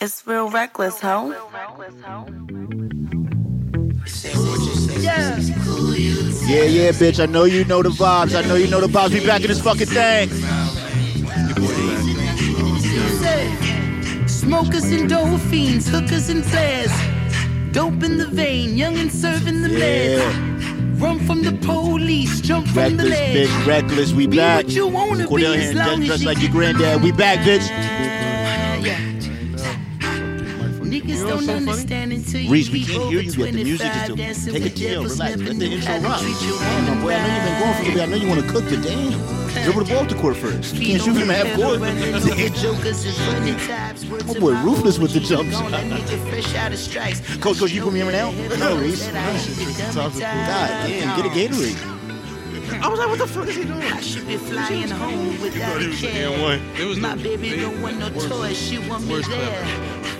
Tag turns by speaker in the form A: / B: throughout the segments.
A: It's real reckless, ho.
B: Yeah, yeah, bitch. I know you know the vibes. I know you know the vibes. We back in this fucking thing.
C: Smokers and dope fiends, hookers and flares. Dope in the vein, young and serving the man.
B: Yeah,
C: Run from the police, jump from the
B: reckless,
C: ledge.
B: bitch. Reckless. We
C: Be
B: back.
C: what you wanna
B: Go
C: be
B: down
C: as
B: here and
C: long
B: dress,
C: as
B: dress
C: you
B: like your granddad. We back, bitch.
C: Niggas don't understand until you
B: Reese, we
C: leave
B: can't hear
C: over
B: you yet. The music is still.
C: 25, dancing
B: Take a
C: with
B: chill,
C: devils,
B: relax. Let
C: nothing
B: the
C: new,
B: intro
C: how to
B: rock.
C: treat you
B: Damn, my
C: on the
B: boy, I know you been going for a bit. I know you want to cook, but damn. Dribble the ball to court first. You can't shoot from half court.
C: My
B: My boy ruthless with the jumps. Coach, coach, you gonna be in and out? No, Reese. God damn, get a Gatorade.
D: I was like, what the fuck is he doing?
C: I should be flying home without a care.
D: It was
C: My
D: the
C: baby don't want no toys, she want me there.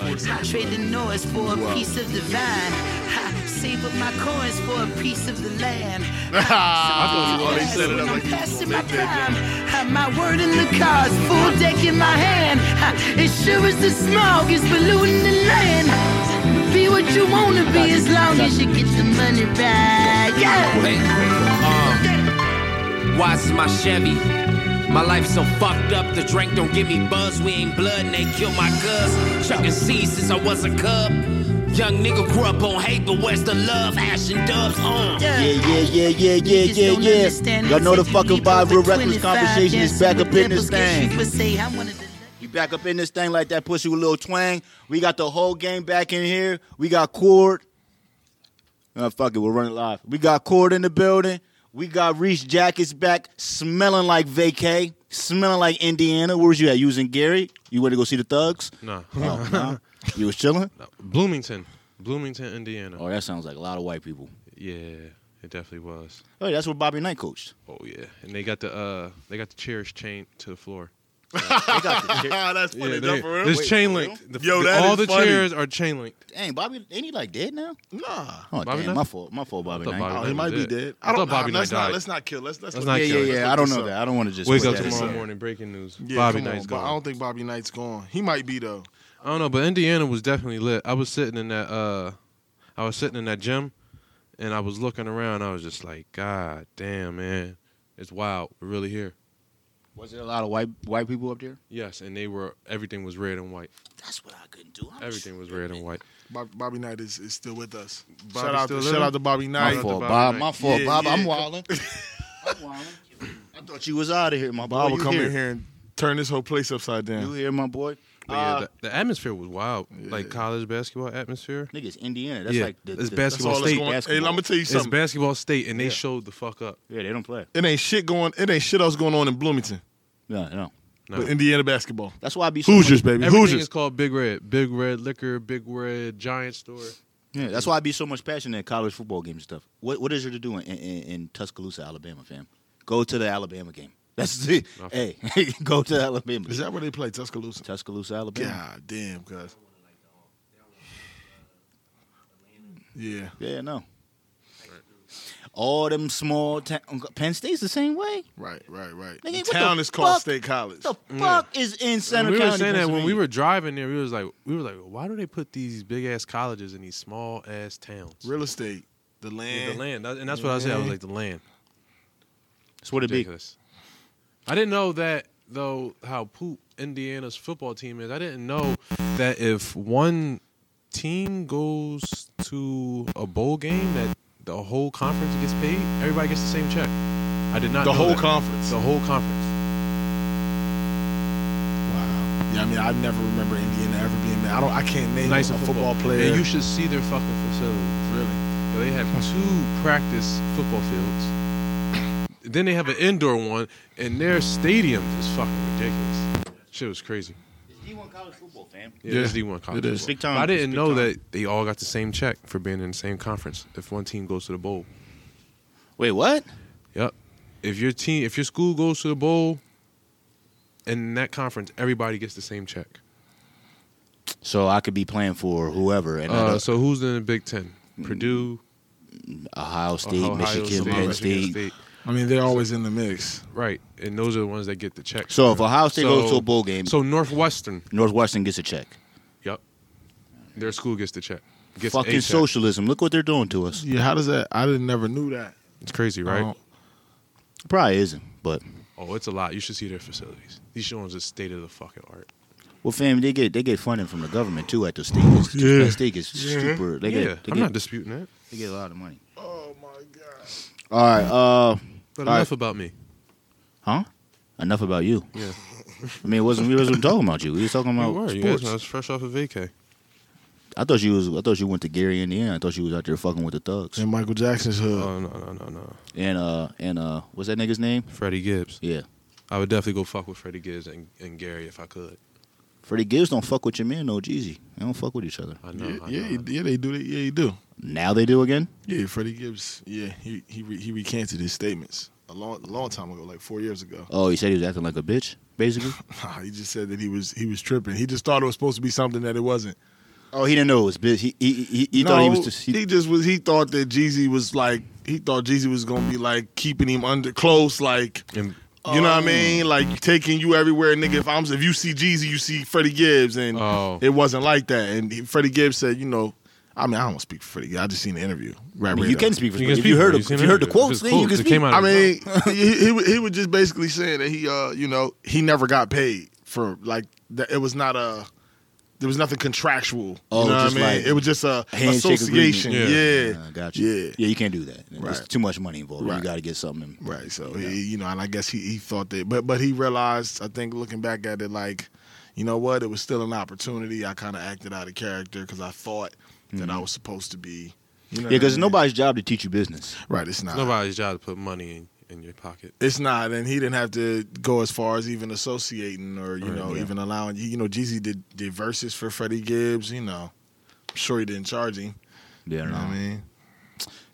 C: I trade the noise for a piece of the vine. Ha, Save up my coins for a piece of the land.
D: thought you already set it
C: I'm
D: up like you
C: passing
D: was
C: my
D: gonna make
C: prime. Ha, My word in the cards, full deck in my hand. Ha, It sure is the smog is polluting the land. Be what you wanna be as long as you get the money right. Yeah.
E: Why is my Chevy? My life so fucked up, the drink don't give me buzz. We ain't blood and they kill my cuz. Chucking seeds since I was a cub. Young nigga grew up on hate, but where's the love? Ash and dubs uh. on.
B: Yeah, yeah, yeah, yeah, yeah, yeah, yeah. Y'all know the fucking vibe. Real reckless conversation is back up in this thing. We back up in this thing like that pussy with a little twang. We got the whole game back in here. We got Cord. Oh, fuck it, we're running live. We got Cord in the building. We got Reese Jackets back, smelling like vacay, smelling like Indiana. Where was you at? You was in Gary? You went to go see the thugs?
D: No.
B: Oh, no. You was chilling?
D: Bloomington. Bloomington, Indiana.
B: Oh, that sounds like a lot of white people.
D: Yeah, it definitely was.
B: Oh, that's where Bobby Knight coached.
D: Oh yeah. And they got the uh they got the chairs chained to the floor.
B: They got the shit.
F: That's funny.
D: Yeah,
F: though,
D: they,
F: for real?
D: this
B: Wait,
D: chain
B: for
D: link. The,
F: Yo,
D: the-
F: that
D: all
F: is
D: the
F: funny.
D: chairs are chain linked.
B: Dang, Bobby, ain't he like dead now?
F: nah.
B: Oh,
D: Bobby
B: damn,
D: Knight?
B: my fault. My fault, Bobby
D: I thought
B: Knight.
D: Bobby
F: Oh,
D: Knight
F: he might be
D: was
F: dead.
D: I thought Bobby
F: nah, let's
D: Knight
F: not.
D: died.
F: Let's not kill. Let's let's.
D: Let's
F: look
D: not
F: at
B: yeah,
D: kill him.
F: this.
B: yeah, yeah.
F: Let's
B: I
F: look
B: don't
F: this
B: know
F: up.
B: that. I don't want to just
D: Wake
B: put
D: up
B: that as
D: tomorrow
B: a-
D: morning. Breaking news.
F: Yeah,
D: Bobby
F: come
D: Knight's
F: on, but
D: gone.
F: I don't think Bobby Knight's gone. He might be though.
D: I don't know, but Indiana was definitely lit. I was sitting in that uh I was sitting in that gym and I was looking around. I was just like, God damn, man. It's wild. We're really here.
B: Was it a lot of white white people up there?
D: Yes, and they were everything was red and white.
B: That's what I couldn't do. I'm
D: Everything was red and white.
F: Bob, Bobby Knight is, is still with us.
D: Bobby's
F: shout out
D: still
F: to
D: living?
F: shout out to Bobby
B: My
F: Knight.
B: fault,
D: Bobby
B: Bob.
D: Knight.
B: My fault,
F: Yeah,
B: Bob. I'm
F: yeah.
B: wilding. I'm wilding. I thought you was out of here, my boy.
F: Bob will
B: You
F: come
B: here.
F: in here and turn this whole place upside
B: You
F: down.
B: here, my boy?
D: But Oh, yeah,
B: Uh,
D: the, the atmosphere was wild. Like college basketball atmosphere.
B: nigga, it's Indiana. That's
D: Yeah,
B: like the,
D: it's
B: the-
D: bas-
F: That's all that's
D: State
F: going. Hey, I'm
B: basketball.
F: gonna tell you
D: It's
F: something.
D: basketball state and they showed the fuck up.
B: Yeah, they don't play.
F: It ain't shit going. It ain't shit else going on in Bloomington.
B: No, no.
D: No.
F: But Indiana basketball.
B: That's why I be so
F: Hoosiers,
B: much,
F: baby.
D: Everything
F: Hoosiers.
D: is called Big Red. Big Red Liquor, Big Red Giant Store.
B: Yeah, that's why I be so much passionate at college football games and stuff. What what is there to do in, in, in Tuscaloosa, Alabama, fam? Go to the Alabama game. That's it. Hey, go to Alabama.
F: Is that where they play Tuscaloosa?
B: Tuscaloosa, Alabama.
F: God damn, cuz. Yeah.
B: Yeah, no. All them small town. Penn State's the same way.
F: Right, right, right.
B: Nigga,
F: The
B: what the
F: town is called
B: fuck?
F: State College.
B: The fuck is in Center
D: Mm. we
B: County?
D: were saying that when we
B: Pennsylvania?
D: were driving there, we was like, we were like, why do they put these big ass colleges in these small ass towns?
F: Real estate, the land.
D: Yeah, the land, That- and that's what I said. I was like, the land.
B: That's what it be.
D: Ridiculous. I didn't know that though. How poop Indiana's football team is. I didn't know that if one team goes to a bowl game, that the whole conference gets paid. Everybody gets the same check. I did not.
F: The
D: know
F: whole
D: that.
F: conference.
D: The whole conference.
F: Wow. Yeah, I mean, I never remember Indiana ever being there. I don't. I can't name
D: Nice
F: a
D: in
F: football, player.
D: And you should see their fucking facility.
F: really.
D: Yo, They have two practice football fields. Then they have an indoor one, and their stadium is fucking ridiculous. Shit was crazy.
B: D1 college football, fam.
D: Yeah, it's D1 college.
F: it is.
D: football.
B: Big time.
D: But I didn't
B: Big
D: know
B: time.
D: that they all got the same check for being in the same conference. If one team goes to the bowl,
B: Wait, what?
D: yep. If your team, if your school goes to the bowl, in that conference, everybody gets the same check.
B: So I could be playing for whoever and
D: Uh, so who's in the Big Ten? Purdue,
B: Ohio State,
D: Uh, Ohio
B: Michigan,
D: State,
B: Penn
D: Michigan
B: State.
D: State.
F: I mean, they're always in the mix.
D: Right, and those are the ones that get the check.
B: So if Ohio State goes to a bowl game,
D: so Northwestern,
B: Northwestern gets a check.
D: yep. Their school gets the check. Gets a
B: Fucking
D: check.
B: socialism. Look what they're doing to us.
F: Yeah, how does that? I didn't never knew that.
D: It's crazy, right?
F: Oh.
B: Probably isn't, but
D: Oh, it's a lot. You should see their facilities. These showings are state of the fucking art.
B: well, fam, they get they get funding from the government too at the state. It's-
F: Yeah.
B: The state is super. They
D: yeah,
B: get they
D: I'm
B: get,
D: not disputing that.
B: they get a lot of money.
F: Oh my god.
B: All right, uh,
D: But
B: All
D: enough about me.
B: huh? Enough about you.
D: Yeah,
B: I mean, it wasn't we wasn't talking about you. We were talking
D: you
B: about
D: were. You guys
B: sports.
D: know, I was fresh off of vacay.
B: I thought you was. I thought you went to Gary, Indiana. I thought you was out there fucking with the thugs.
F: In Michael Jackson's hood.
D: Oh no, no, no, no.
B: And uh, and uh, what's that nigga's name?
D: Freddie Gibbs.
B: Yeah,
D: I would definitely go fuck with Freddie Gibbs and, and Gary if I could.
B: Freddie Gibbs don't fuck with your man, no Jeezy. They don't fuck with each other.
D: I know.
F: yeah,
D: I know.
F: yeah,
D: I
F: he-
D: know.
F: yeah, they do. They, yeah, he do.
B: Now they do again.
F: Yeah, Freddie Gibbs. Yeah, he he re, he recanted his statements a long long time ago, like four years ago.
B: Oh, he said he was acting like a bitch, basically.
F: Nah, he just said that he was he was tripping. He just thought it was supposed to be something that it wasn't.
B: oh, he didn't know it was bitch. He he he, he thought he was. Just,
F: he
B: he,
F: just was. He thought that Jeezy was like. He thought Jeezy was gonna be like keeping him under close, like.
D: And
F: You know what I mean? Like taking you everywhere, nigga. If I'm if you see Jeezy, you see Freddie Gibbs, and
D: Oh.
F: it wasn't like that. And he- Freddie Gibbs said, you know, I mean, I don't speak for Freddie. Gibbs. I just seen the interview. Right,
B: I mean,
F: right
B: you can
F: up.
B: speak for.
D: You can
B: if
D: speak
B: you
D: for
B: heard
D: it.
B: him,
D: You've seen
B: if you heard the
D: it. If it's
B: quotes, then you can
D: quotes, it
B: speak.
D: came out
F: I mean, he, he wa- he was just basically saying that he, uh, you know, he never got paid for like that. It was not a. There was nothing contractual.
B: Oh,
F: you know
B: just
F: what I mean?
B: like
F: it was just a
B: handshake
F: association.
D: agreement.
F: Yeah.
B: Uh, got you.
F: Yeah.
B: yeah, you can't do that. There's
F: Right.
B: too much money involved. You
F: Right.
B: got to get something.
F: Right. So he, you know, and I guess he, he thought that, but but he realized, I think, looking back at it, like, you know what, it was still an opportunity. I kind of acted out of character because I thought that I was supposed to be. You know
B: Mm-hmm. Yeah,
F: what I
B: because
F: mean?
B: nobody's job to teach you business.
F: Right. It's not.
D: nobody's job to put money in, in your pocket.
F: It's not, and he didn't have to go as far as even associating or you
D: Right,
F: know
D: yeah.
F: even allowing. You know, Jeezy did, did verses for Freddie Gibbs. You know, I'm sure he didn't charge him.
B: Yeah,
F: You know what I mean?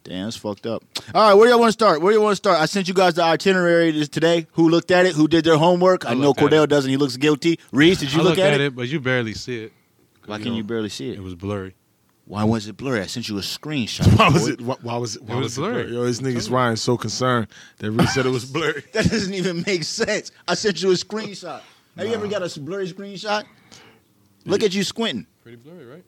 B: Damn, that's fucked up. All right, where do y'all want to start? Where do you want to start? I sent you guys the itinerary this- today. Who looked at it? Who did their homework? I,
D: I
B: know
D: looked at
B: Cordell
D: it.
B: doesn't. He looks guilty. Reese, did you
D: I
B: look
D: looked
B: at, it?
D: but you barely see it.
B: Why can you barely see it?
D: It was blurry.
B: Why was it blurry? I sent you a screenshot.
F: Why was it? Why, why was it? Why
D: was
F: it
D: blurry.
F: Yo, this nigga's Ryan's so concerned that Reese said it was blurry.
B: That doesn't even make sense. I sent you a screenshot. Have you ever got a s- blurry screenshot? Look at you squinting.
D: Pretty blurry, right?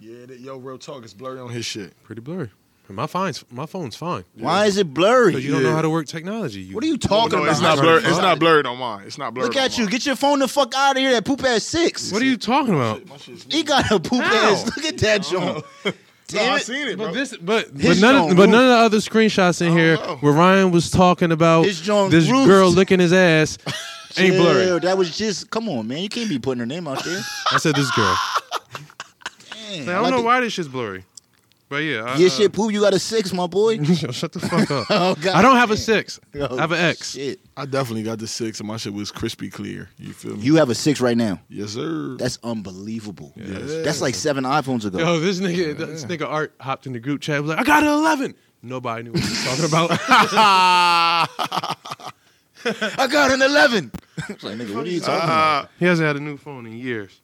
F: Yeah, that, yo, real talk, it's blurry on his shit.
D: Pretty blurry. My phone's my phone's fine.
B: Why is it blurry?
D: Because you don't know
F: Yeah.
D: how to work technology. You,
B: What are you talking
F: No,
B: about?
F: it's not
D: I'm
F: blurred.
D: sorry.
F: It's not blurred on mine. It's not blurred.
B: Look
F: on
B: at you.
F: mine.
B: Get your phone the fuck out of here. That poop ass six.
D: What are you talking about?
F: My shit's-
B: He got a poop
D: How?
B: ass. Look at that, John.
F: No,
B: Damn
F: I
B: it.
F: seen it, bro.
D: But this, but but
B: His
D: none,
B: John
D: of, but
B: Ruth.
D: none of the other screenshots in
F: I don't
D: here
F: know.
D: where Ryan was talking about
B: His John
D: this
B: Ruth.
D: girl licking his ass ain't
B: Chill,
D: blurry.
B: That was just come on, man. You can't be putting her name out there.
D: I said this girl.
B: Damn,
D: Now, I
B: like
D: don't know
B: the-
D: why this shit's blurry, but yeah, I,
B: Your
D: uh,
B: shit poop. You got a six, my boy.
D: Yo, shut the fuck up.
B: Oh, God.
D: I don't have a six.
B: Oh,
D: I have an X.
B: Shit.
F: I definitely got the six, and my shit was crispy clear. You feel me?
B: You have a six right now.
F: yes, sir.
B: That's unbelievable.
F: Yeah.
B: That's like seven iPhones ago.
D: Yo, this nigga, this nigga Art hopped in the group chat. Was like, I got an eleven. Nobody knew what he was talking about.
B: I got an eleven. It's like, nigga, what are you
F: Ah.
B: talking about?
D: he hasn't had a new phone in years.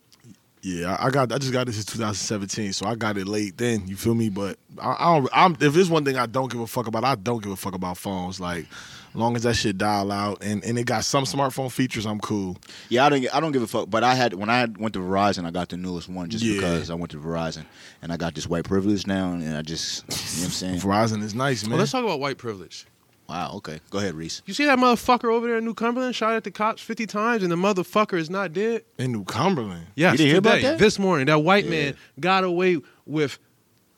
F: yeah, I I got. I just got this in 2017, so I got it late then. You feel me? But I, I don't. I'm, if there's one thing I don't give a fuck about, I don't give a fuck about phones. Like, long as that shit dial out and and it got some smartphone features, I'm cool.
B: Yeah, I don't. I don't give a fuck. But I had when I had- went to Verizon, I got the newest one just
F: Yeah.
B: because I went to Verizon and I got this white privilege now, and I just you know what I'm saying.
F: Verizon is nice, man.
D: Well, let's talk about white privilege.
B: Wow. Okay. Go ahead, Reese.
D: You see that motherfucker over there in New Cumberland shot at the cops fifty times, and the motherfucker is not dead.
F: in New Cumberland.
D: Yes,
B: You didn't hear about
D: today,
B: that?
D: this morning, that white man got away with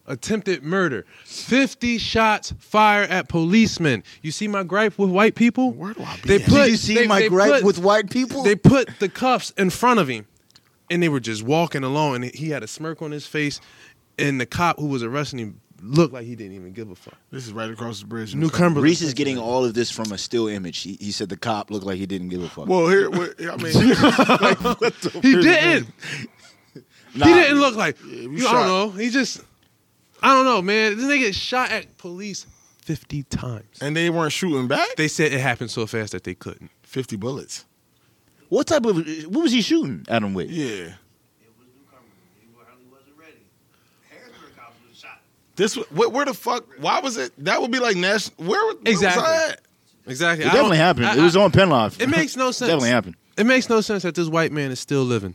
D: attempted murder. 50 shots fired at policemen. You see my gripe with white people?
F: Where do I be
D: They
F: at?
D: put
B: Did you see
D: they-
B: my
D: they
B: gripe
D: put-
B: with white people?
D: They put the cuffs in front of him and they were just walking along and he had a smirk on his face and the cop who was arresting him looked like he didn't even give a fuck.
F: This is right across the bridge. in
D: New Cumberland.
B: Reese is getting all of this from a still image. He, he said the cop looked like he didn't give a fuck.
F: Well, here, where- I mean, like, what the
D: He didn't.
B: Nah,
D: he didn't look like.
F: we
D: you, I
F: shot.
D: don't know. He just. I don't know, man. This nigga shot at police 50 times.
F: And they weren't shooting back.
D: They said it happened so fast that they couldn't.
F: Fifty bullets.
B: What type of what was he shooting at him with?
F: Yeah.
A: It was New Cumberland. He hardly wasn't ready. Harrisburg cops was shot.
F: This where, where the fuck? Why was it? That would be like national. Where, where
D: Exactly.
F: was I at?
D: Exactly.
B: It definitely happened. it was on Penlive.
D: It makes no sense.
B: definitely happened.
D: It makes no sense that this white man is still living.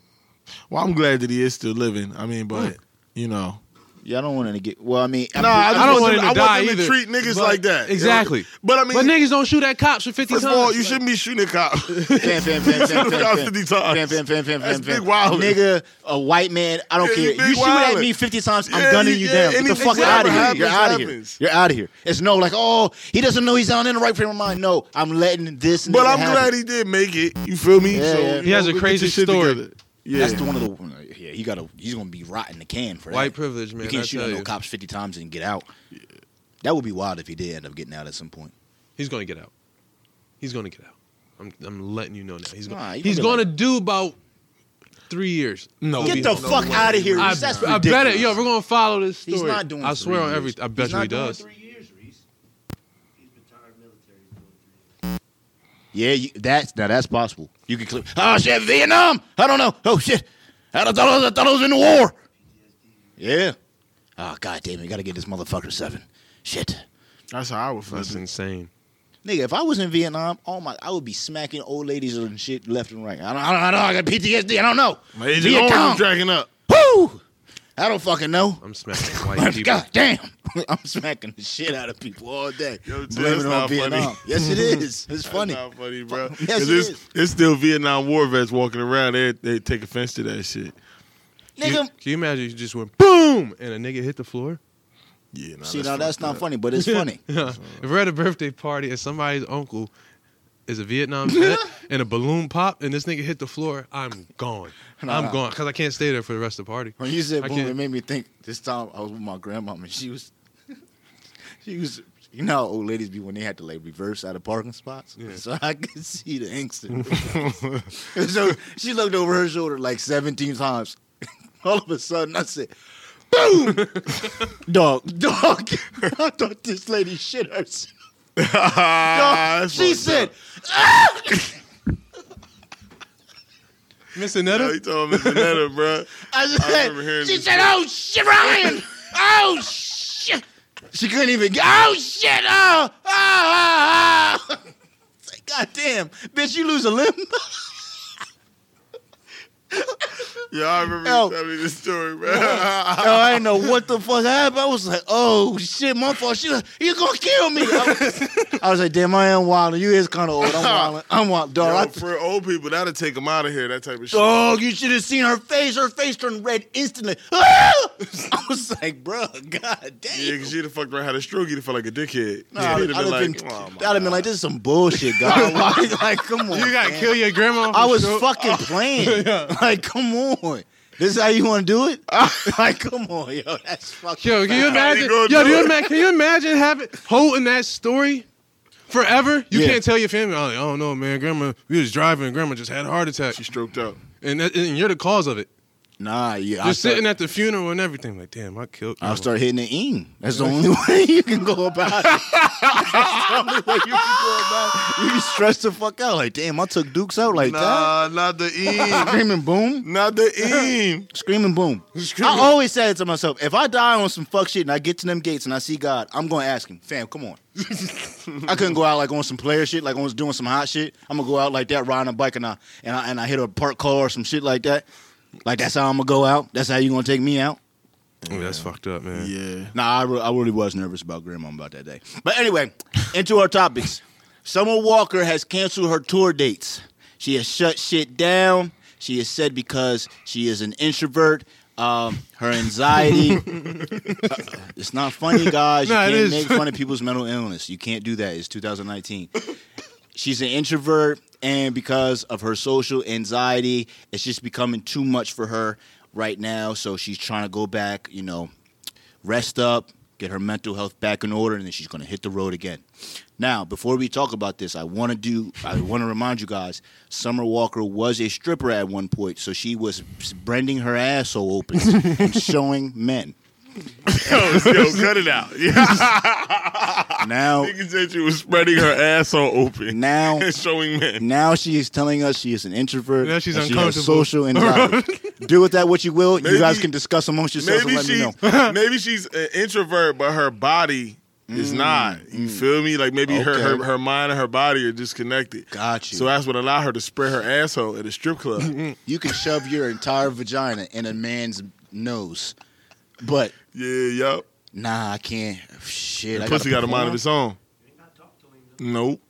F: Well, I'm glad that he is still living. I mean, but You know.
B: Yeah, I don't want to get. Well, I mean,
F: Nah, I
D: I
F: just
D: don't
F: want
D: want
F: them-
D: him to
F: I want
D: die
F: them to
D: either.
F: treat niggas
D: But-
F: like that.
D: Exactly.
F: But I mean-
D: but niggas don't shoot at cops for fifty
F: First of
D: times.
F: all, you
D: Like,
F: shouldn't be shooting a cop.
B: Fam, fam, fam, fam,
F: Should've
B: fam,
F: got
B: fam.
F: 50 times.
B: Fam, fam, fam, fam,
F: That's
B: fam, fam.
F: big wildin'.
B: Nigga, a white man, I don't
F: Yeah,
B: care.
F: you big
B: You shoot at
F: wildin'.
B: me 50 times, I'm
F: Yeah,
B: gunning
F: you-
B: you
F: yeah,
B: down. Get the
F: anything-
B: fuck out
F: whatever
B: of here.
F: happens,
B: You're out of here.
F: happens.
B: You're out of here. It's no like, oh, he doesn't know he's not in the right frame of mind. No, I'm letting this.
F: But
B: nigga
F: I'm
B: have
F: glad
B: it.
F: he did make it. You feel me?
B: Yeah,
F: so,
B: yeah.
F: you
D: He has
F: know,
D: a
F: get
D: crazy
F: your shit
D: story.
F: together. Yeah.
B: That's the one of the. Yeah, he gotta. He's gonna be rotting the can for that.
D: White privilege, man,
B: You can't
D: I
B: shoot
D: tell
B: at no
D: you.
B: cops 50 times and get out. That would be wild if he did end up getting out at some point.
D: he's gonna get out. He's gonna get out. I'm, I'm letting you know now. He's gonna,
B: Nah, he
D: he's
B: gonna
D: gonna
B: be
D: do about three years.
F: No,
B: Get the fuck out of here.
D: I,
B: Reese. That's
D: I
B: ridiculous.
D: bet it. Yo, we're gonna follow this story.
B: He's not doing
D: I swear
B: three
D: on every.
B: years.
D: I
B: He's
D: bet you
B: not
D: he
B: doing
D: does.
A: Three years, Reese. He's retired military. He's doing three years.
B: Yeah, you, that's now that's possible. You can clip. Oh shit, Vietnam. I don't know. Oh shit, I don't- thought I was, I thought I was in the war. Yeah. Oh god damn it, gotta get this motherfucker seven. Shit,
F: That's how I would feel.
D: That's insane.
B: nigga, if I was in Vietnam, oh my, I would be smacking old ladies and shit left and right. I don't, I don't, I don't I got PTSD. I don't know.
F: My Agent
B: Viet
F: Orange is
B: Cong.
F: dragging up.
B: Woo! I don't fucking know.
D: I'm smacking white people.
B: God damn, I'm smacking the shit out of people all day.
F: Yo, dude,
B: Blaming
F: that's
B: it
F: not
B: on
F: funny.
B: Vietnam. Yes, it is. It's funny.
F: That's not funny, bro.
B: Yes, it
F: 'Cause it's,
B: is.
F: it's still Vietnam war vets walking around. They they take offense to that shit.
B: Nigga,
D: Can you imagine? You just went boom, and a nigga hit the floor.
F: Yeah, nah,
B: see, now
F: fucked
B: that's not
F: up.
B: funny, but it's funny.
D: if we're at a birthday party and somebody's uncle is a Vietnam vet and a balloon popped and this nigga hit the floor, I'm gone.
B: Nah,
D: I'm
B: nah.
D: gone because I can't stay there for the rest of the party.
B: When you
D: I
B: said boom,
D: can't-
B: it made me think. This time I was with my grandmom and she was, she was. You know how old ladies be when they had to like reverse out of parking spots,
D: Yeah.
B: so I could see the angst. so she looked over her shoulder like seventeen times. All of a sudden, I said, "Boom, dog, dog!" I thought this lady shit herself.
F: Ah, that's
B: she
F: fucked
B: said, "Ah!"
F: up.
D: Miss
F: Yeah,
D: Anetta?
F: he told him it's another, bro.
B: "I
F: I remember
B: said."
F: hearing
B: she
F: this
B: said,
F: shit.
B: "Oh shit, Ryan! Oh shit!" She couldn't even. Get, oh shit! Oh, oh, oh, oh. It's like, God damn, bitch, you lose a limb.
F: Yeah, I remember
B: Yo.
F: you telling me this story, bro.
B: Yo, I didn't know what the fuck happened. I was like, oh shit, my fault. She, was- you gonna kill me? I was, I was like, damn, I am wilding. You is kind of old. I'm wilding. I'm wild, dog. I Oh.
F: Yo,
B: th-
F: for old people, that'll take them out of here. That type of shit.
B: Dog, you should have seen her face. Her face turned red instantly. I was like, bro, god damn.
F: Yeah, because you'd have fucked around had a stroke. You'd have felt like a dickhead.
B: Nah,
F: Yeah,
B: I'd
F: he'd
B: have
F: have been
B: been,
F: like, come on,
B: I'd have been like, this is some bullshit, God. like, like, come on.
D: You gotta
B: man.
D: kill your grandma.
B: I
D: for
B: was
D: sure.
B: fucking
F: Oh.
B: playing. Like, come on. This is how you want to do it?
F: Ah.
B: like, come on, yo. That's fucking.
D: Yo, can you
B: foul.
D: imagine?
F: How they
D: Yo,
F: gonna
D: do
F: do
D: you
F: it?
D: imagine, can you imagine having holding that story forever? You
B: Yeah.
D: can't tell your family. Oh, I don't know, man. Grandma, we was driving and grandma just had a heart attack,
F: She stroked out.
D: and, that, and you're the cause of it.
B: Nah, yeah.
D: Just sitting at the funeral and everything. Like, damn, I killed.
B: I'll
D: grandma.
B: start hitting the ing. That's the only way you can go about it. That's the only way you can go about it. You can stress the fuck out. Like, damn, I took Dukes out like
F: Nah, not the
B: that.
F: E.
B: Screaming boom.
F: not the E.
B: Screaming boom. I always say it to myself. If I die on some fuck shit and I get to them gates and I see God, I'm going to ask him, fam, come on. I couldn't go out like on some player shit, like on doing some hot shit. I'm going to go out like that, riding a bike and I, and I and I hit a park car or some shit like that. Like, that's how I'm going to go out. That's how you going to take me out.
D: Ooh, that's fucked up, man.
F: Yeah.
B: Nah, I, re- I really was nervous about Grandma about that day. But anyway, into our topics. Summer Walker has canceled her tour dates. She has shut shit down. She has said because she is an introvert. Um, her anxiety. uh, it's not funny, guys. You
D: No, it
B: can't
D: is.
B: make fun of people's mental illness. You can't do that. It's 2019. She's an introvert, and because of her social anxiety, it's just becoming too much for her right now. So she's trying to go back, you know, rest up, get her mental health back in order, and then she's going to hit the road again. Now, before we talk about this, I want to do. I want to remind you guys: Summer Walker was a stripper at one point, so she was bending her asshole open and showing men.
F: Yo, yo, cut it out. Yeah.
B: Now,
F: Nigga said she was spreading her asshole open
B: now,
F: and showing men.
B: now she is telling us she is an introvert.
D: Now she's
B: and She has
D: uncomfortable.
B: social anxiety. do with that what you will. you
F: Maybe-
B: guys can discuss amongst yourselves and
F: Maybe
B: let me
F: she,
B: know.
F: maybe she's an introvert, but her body is not. You feel me? Like maybe her,
B: Mm, Okay.
F: her her mind and her body are disconnected.
B: Got you. Mm-hmm.
F: So that's what allowed her to spread her asshole at a strip club.
B: You can shove your entire vagina in a man's nose. But
F: Yeah, yep.
B: nah, I can't. Shit, I
F: That pussy got a mind of
B: perform.
F: its own.
A: You ain't gotta talk to him. though.
F: Nope.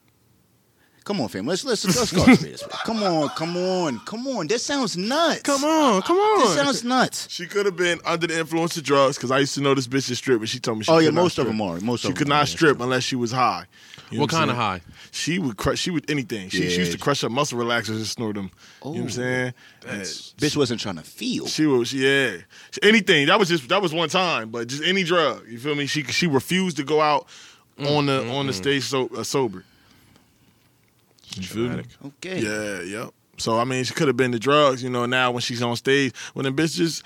B: Come on, fam. Let's let's let's go through this. Come on, come on, come on. This sounds nuts.
D: Come on, come on.
B: This sounds nuts.
F: Oh, She could have been under the influence of drugs because I used to know this bitch is strip, but she told me she
B: oh yeah,
F: could not
B: most of
F: strip.
B: them are. Most
F: She
B: of them.
F: could
B: are, yeah.
F: not strip unless she was high. You know
D: what kind of
F: I'm saying?
D: high?
F: She would crush. She would anything. She, she
B: Yeah. Oh.
F: used to crush her muscle relaxers and snort them. You know what I'm saying?
D: That's-
B: Bitch wasn't trying to feel.
F: Uh, She was. She, yeah. Anything. That was just. That was one time. But just any drug. You feel me? She she refused to go out
B: Mm,
F: on the on the stage so uh, sober. You feel me?
B: Okay.
F: Yeah, yep. So I mean, she could have been the drugs, you know. Now when she's on stage, when the bitches,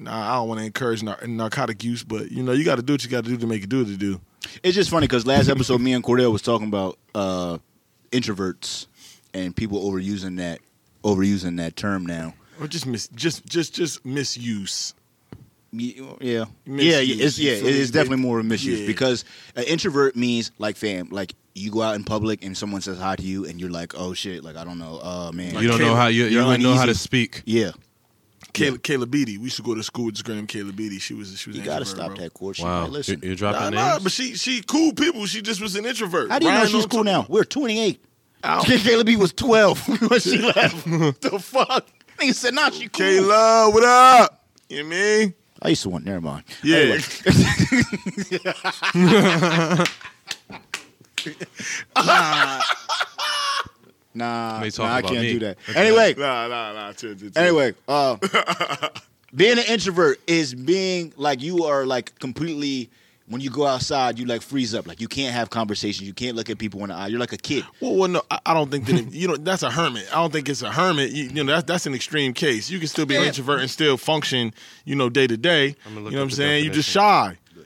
F: nah, I don't want to encourage nar- narcotic use, but you know, you got to do what you got to do to make it do what it do.
B: It's just funny because last episode, me and Cordell was talking about uh, introverts and people overusing that overusing that term now.
F: Or just mis, just just just misuse.
B: Y- Yeah,
F: Misuse,
B: yeah, yeah, it's,
F: you
B: yeah.
F: feel
B: It
F: me?
B: is definitely more of a misuse
F: Yeah.
B: because an introvert means like fam, like you go out in public and someone says hi to you and you're like, oh shit, like I don't know, uh man,
D: you don't know how you you
B: you're
D: don't know how to
B: uneasy.
D: speak.
B: yeah.
F: Kayla, Kayla Beatty, we used to go to school with this girl named Kayla Beatty. She was she was.
B: You
F: an
B: gotta
F: introvert,
B: stop
F: bro.
B: that court. She
D: Wow,
B: might listen.
D: You- you're
F: Nah,
D: dropping
F: nah,
D: names.
F: but she she cool people. She just was an introvert.
B: how do you know
F: Brian
B: she's
F: don't
B: cool
F: talk-
B: now? We're 28. Kayla B was 12 when she left. the fuck? Nigga said, nah, she cool.
F: Kayla, what up? You know what I mean?
B: I used to want, never mind.
F: Yeah.
B: Anyway. nah.
D: They
B: Nah,
D: talking
B: I
D: about
B: can't
D: me.
B: do that.
D: Okay.
B: Anyway,
F: Nah, nah, nah. chill, chill, chill.
B: anyway, uh, being an introvert is being like you are like completely. When you go outside, you like freeze up. Like you can't have conversations. You can't look at people in the eye. You're like a kid.
F: Well, well no, I, I don't think that it, you know that's a hermit. I don't think it's a hermit. You, you know, that's that's an extreme case. You can still be an introvert and still function, you know, day to day. You
D: I'ma
F: know
D: look
F: what I'm
D: up the
F: saying? You just
D: definition.
F: shy.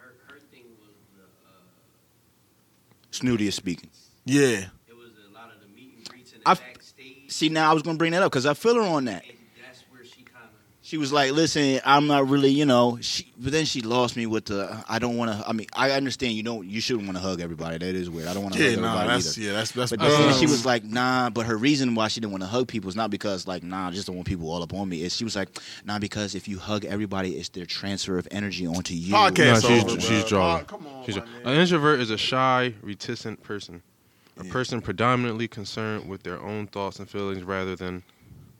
A: Her, her thing was the, uh,
B: Snooty is speaking.
F: Yeah,
A: it was a lot of the meet and greets in the
B: I've-
A: backstage.
B: See, now I was gonna bring that up because I feel her on that.
A: and that's where she kind of
B: She was like, "Listen, I'm not really, you know." She, but then she lost me with the, "I don't want to." I mean, I understand you don't, you shouldn't want to hug everybody. That is weird. I don't want to
F: yeah,
B: hug
F: nah,
B: everybody
F: that's
B: either.
F: yeah, that's that's.
B: But
F: that's-
B: then
D: Um,
B: she was like, "Nah," but her reason why she didn't want to hug people is not because like, "Nah, I just don't want people all up on me." Is she was like, "Nah," because if you hug everybody, it's their transfer of energy onto you.
F: Podcast. That's
D: no, she's,
F: over, bro.
D: she's drawing.
F: Oh, come on,
D: She's
F: my
D: drawing.
F: man.
D: An introvert is a shy, reticent person, a
F: Yeah.
D: person predominantly concerned with their own thoughts and feelings rather than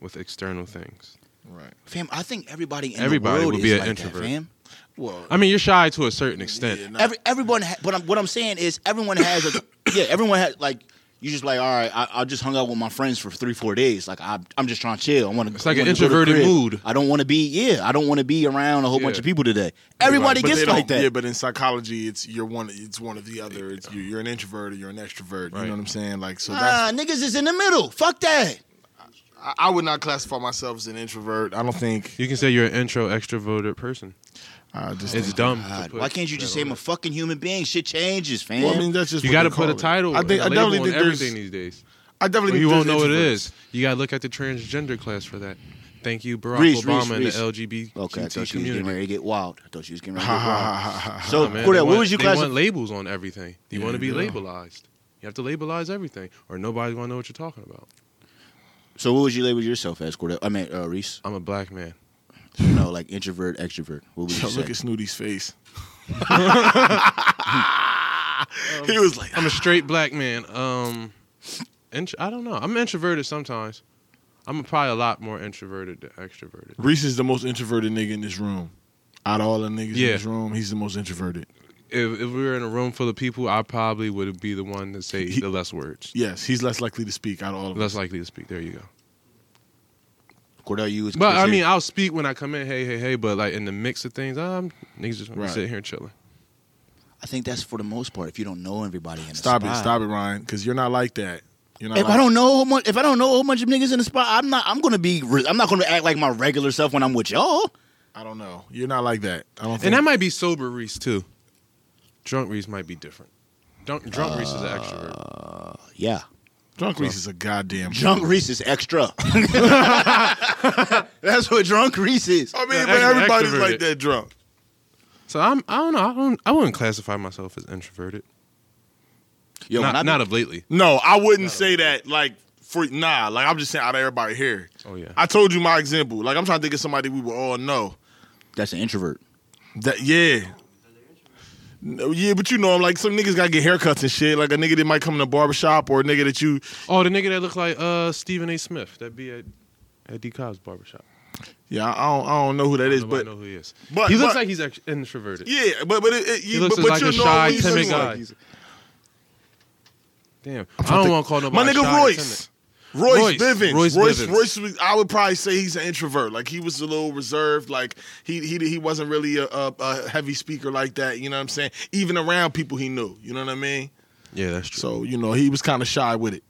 D: with external things.
F: right.
B: Fam, I think everybody in
D: Everybody
B: the world
D: would be
B: is
D: an
B: like
D: introvert.
B: that, fam.
F: Well,
D: I mean, you're shy to a certain extent.
F: yeah, nah.
B: Every everyone, ha- but I'm, what I'm saying is everyone has a yeah. Everyone has like you just like all right. I, I just hung out with my friends for three four days. Like I, I'm just trying to chill. I want to.
D: It's like an introverted mood.
B: I don't want to be yeah. I don't want to be around a whole bunch
D: Yeah.
B: of people today. Everybody
F: Right, but they
B: gets
F: don't-
B: like that.
F: Yeah, but in psychology, it's you're one. It's one or the other. It's you, you're an introvert or you're an extrovert. You
D: Right.
F: know what I'm saying? Like so. That's,
B: Nah, niggas is in the middle. Fuck that.
F: I, I would not classify myself as an introvert. I don't think.
D: You can say you're an intro extroverted person.
F: I just.
D: It's
F: think-
D: dumb. to
B: God,
D: put
B: why can't you
D: that
B: just say
D: on
B: I'm a
D: there.
B: fucking human being? Shit changes, fam.
F: Well, I mean, that's just
D: You
F: got to
D: put a title.
F: I think. I definitely think there's.
D: everything these days.
F: I
D: Or
F: definitely. think
D: you won't
F: there's
D: know what it
F: introverts.
D: is. You gotta look at the transgender class for that. Thank you, Barack
B: Reese, Reese,
D: Obama
B: Reese.
D: and the LGBTQ
B: okay, I thought she was getting
D: community.
B: ready to get wild. I thought she was getting ready to
F: Ha,
B: get
F: ha, ha,
B: wild.
F: ha, ha, ha.
B: So,
D: Nah, man,
B: Cordell,
D: they
B: what
D: want-
B: would you
D: they
B: classify?
D: want labels on everything. You want to be
F: Yeah.
D: labelized. You have to labelize everything, or nobody's gonna know what you're talking about.
B: so, what would you label yourself as, Cordell? I mean, uh, Reese.
D: I'm a black man.
B: No, like introvert, extrovert. What would you
F: Yo,
B: say?
F: look at Snooty's face. he was like,
D: I'm a straight black man. Um, int- I don't know. I'm introverted sometimes. I'm probably a lot more introverted than extroverted.
F: Reese is the most introverted nigga in this room. Out of all the niggas
D: Yeah.
F: in this room, he's the most introverted.
D: If, if we were in a room full of people, I probably would be the one to say
F: He-
D: the less words,
F: Yes, he's less likely to speak out of all of us.
D: less likely to speak. There you go.
B: Cordell, you was.
D: But I
B: considered-
D: mean, I'll speak when I come in. Hey, hey, hey. But like in the mix of things, I'm niggas just
F: Right.
D: want to sit here and chilling.
B: I think that's for the most part. If you don't know everybody in the
F: Stop it,
B: spot.
F: stop it, Ryan, because you're not like that. You're not.
B: If
F: like
B: I don't know a whole much, if I don't know a whole bunch of niggas in the spot, I'm not. I'm gonna be. re- I'm not gonna act like my regular self when I'm with y'all.
F: I don't know. You're not like that. I don't. Think,
D: And that might be sober Reese too. Drunk Reese might be different. Drunk, drunk Reese is an
F: Uh.
D: extrovert.
B: Yeah,
F: drunk Reese is a goddamn.
B: drunk Reese is extra. that's what drunk Reese is.
F: I mean,
D: Yeah,
F: but
D: extro-
F: everybody's like
D: extroverted.
F: that drunk.
D: So I'm. I don't know. I don't. I wouldn't classify myself as introverted.
B: Yo,
D: not,
B: when I be-
D: not of lately.
F: No, I wouldn't say that. Like, for nah. Like, I'm just saying out of everybody here.
D: Oh yeah.
F: I told you my example. Like, I'm trying to think of somebody we would all know.
B: that's an introvert.
F: That yeah. No, yeah, but you know, I'm like some niggas gotta get haircuts and shit. Like a nigga that might come in a barbershop or a nigga that you,
D: Oh, the nigga that looked like uh Stephen A. Smith that be at at D Cobb's barbershop.
F: yeah, I don't, I don't know who that is,
D: Nobody
F: but
D: know who he is.
F: but-
D: he looks
F: but-
D: like he's ex- introverted.
F: yeah, but but it, it,
D: He
F: you,
D: looks just
F: but, but
D: like
F: you
D: a
F: know
D: shy,
F: who he
D: timid
F: looks
D: guy.
F: like.
D: Damn, I don't want to call
F: My
D: nobody.
F: nigga
D: shy or
F: Royce.
D: timid.
F: Royce,
D: Royce,
F: Bivens.
D: Royce
F: Royce, Royce,
D: Bivens.
F: was- I would probably say he's an introvert. Like he was a little reserved. Like he he he wasn't really a, a, a heavy speaker like that. You know what I'm saying? Even around people he knew. You know what I mean?
D: Yeah, that's true.
F: So you know he was kind of shy with it.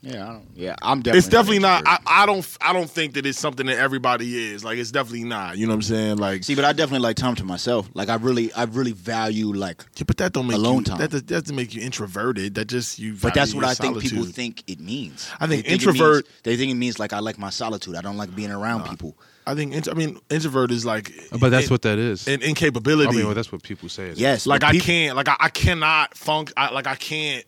B: Yeah, I don't, yeah, I'm definitely.
F: It's definitely not. I, I don't. I don't think that it's something that everybody is. Like it's definitely not. You know what I'm saying? Like,
B: See, but I definitely like time to myself. Like I really, I really value like.
F: yeah, but that don't make
B: Alone
F: you,
B: time.
F: That, does- that doesn't make you introverted. That just you.
B: But
F: value
B: that's what
F: your
B: I think people
F: solitude.
B: think it means.
F: I think
B: They it
F: introvert-
B: means- they think it means like I like my solitude. I don't like being around people.
F: I think. int- I mean, introvert is like.
D: but that's
F: in-
D: what that is.
F: in incapability.
D: I mean, well, that's what people say.
B: Yes,
F: like
B: but
F: I
B: peop-
F: can't, like I, I cannot funk. I, like I can't,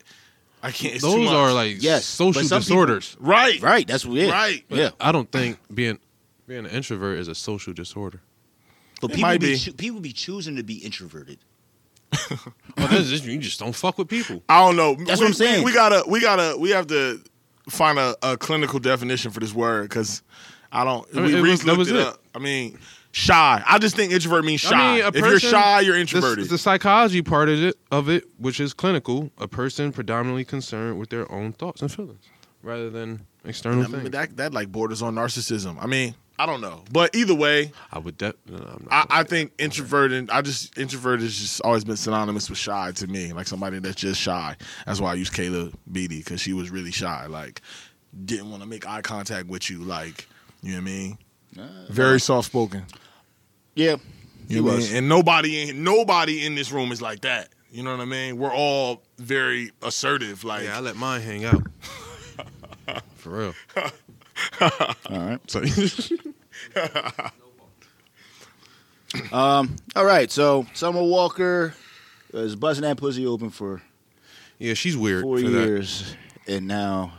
F: I can't. It's too
D: those
F: much.
D: are like
B: Yes,
D: social
B: but some people-
D: disorders.
F: right,
B: Right, that's what it is.
F: Right.
D: But
B: Yeah.
D: I don't think being being an introvert is a social disorder.
B: But
F: It
B: people
F: might
B: be,
F: be.
B: choo- people be choosing to be introverted.
D: Well, that's just- you just don't fuck with people.
F: I don't know.
B: That's
F: we,
B: what I'm saying.
F: We, we gotta, we gotta, we have to find a, a clinical definition for this word because I don't.
D: I mean,
F: we
D: it was-
F: recently
D: that was
F: looked
D: it.
F: up. I mean, shy. I just think introvert means shy.
D: I mean, a
F: if you're
D: person-
F: shy, you're
D: this-
F: introverted.
D: the psychology part of it, of it, which is clinical, a person predominantly concerned with their own thoughts and feelings rather than external
F: I mean,
D: things.
F: that that like borders on narcissism. I mean, I don't know, but either way,
D: I would. De- no, no, I'm not
F: I, I think introverted. I just introverted has just always been synonymous with shy to me, like somebody that's just shy. That's why I use Kayla Beatty because she was really shy, like didn't want to make eye contact with you, like you know what I mean. Very soft spoken.
B: Yeah.
F: You know what I mean? And nobody in nobody in this room is like that. You know what I mean? We're all very assertive. Like
D: Yeah, I let mine hang out. For real.
B: All right.
D: So
B: All right. So Summer Walker is busting that pussy open for
D: yeah, she's weird.
B: four
D: for that.
B: years, and now,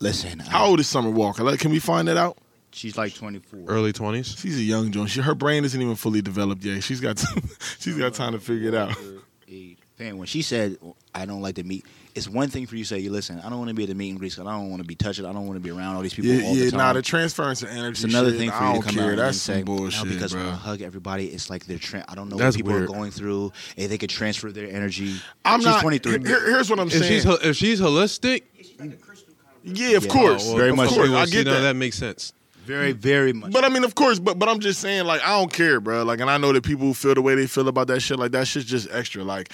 B: listen. I-
F: how old is Summer Walker? Like, can we find that out?
B: She's like 24.
D: Early twenties.
F: She's a young joint. She, her brain isn't even fully developed yet. She's got she's got time to figure it out.
B: Eight. Man, when she said, "I don't like to meet," it's one thing for you to say, "You listen, I don't want to be at the meet and greet. 'cause I don't want to be touched. I don't want to be around all these people
F: Yeah,
B: all
F: yeah,
B: the time."
F: nah, the transference of
B: it's
F: energy.
B: another
F: shit,
B: thing for
F: I
B: you
F: don't
B: to come
F: care.
B: out and
F: That's
B: say,
F: some bullshit,
B: "No, because uh, when I
F: bro.
B: hug everybody, it's like they're. Tra- I don't know
D: That's
B: what people
D: weird.
B: are going through, and they could transfer their energy."
F: I'm
B: she's
F: not.
B: 23.
F: here- here's what I'm
D: If
F: saying.
D: she's ho- if she's holistic,
F: yeah, of
B: Yeah.
F: course,
B: Oh, well, Very
F: of
B: much
F: Course,
D: so.
F: I
D: See,
F: get
D: now
F: that.
D: That makes sense.
B: very, very much.
F: But I mean, of course, but but I'm just saying, like, I don't care, bro. Like, and I know that people feel the way they feel about that shit. Like, that shit's just extra. Like,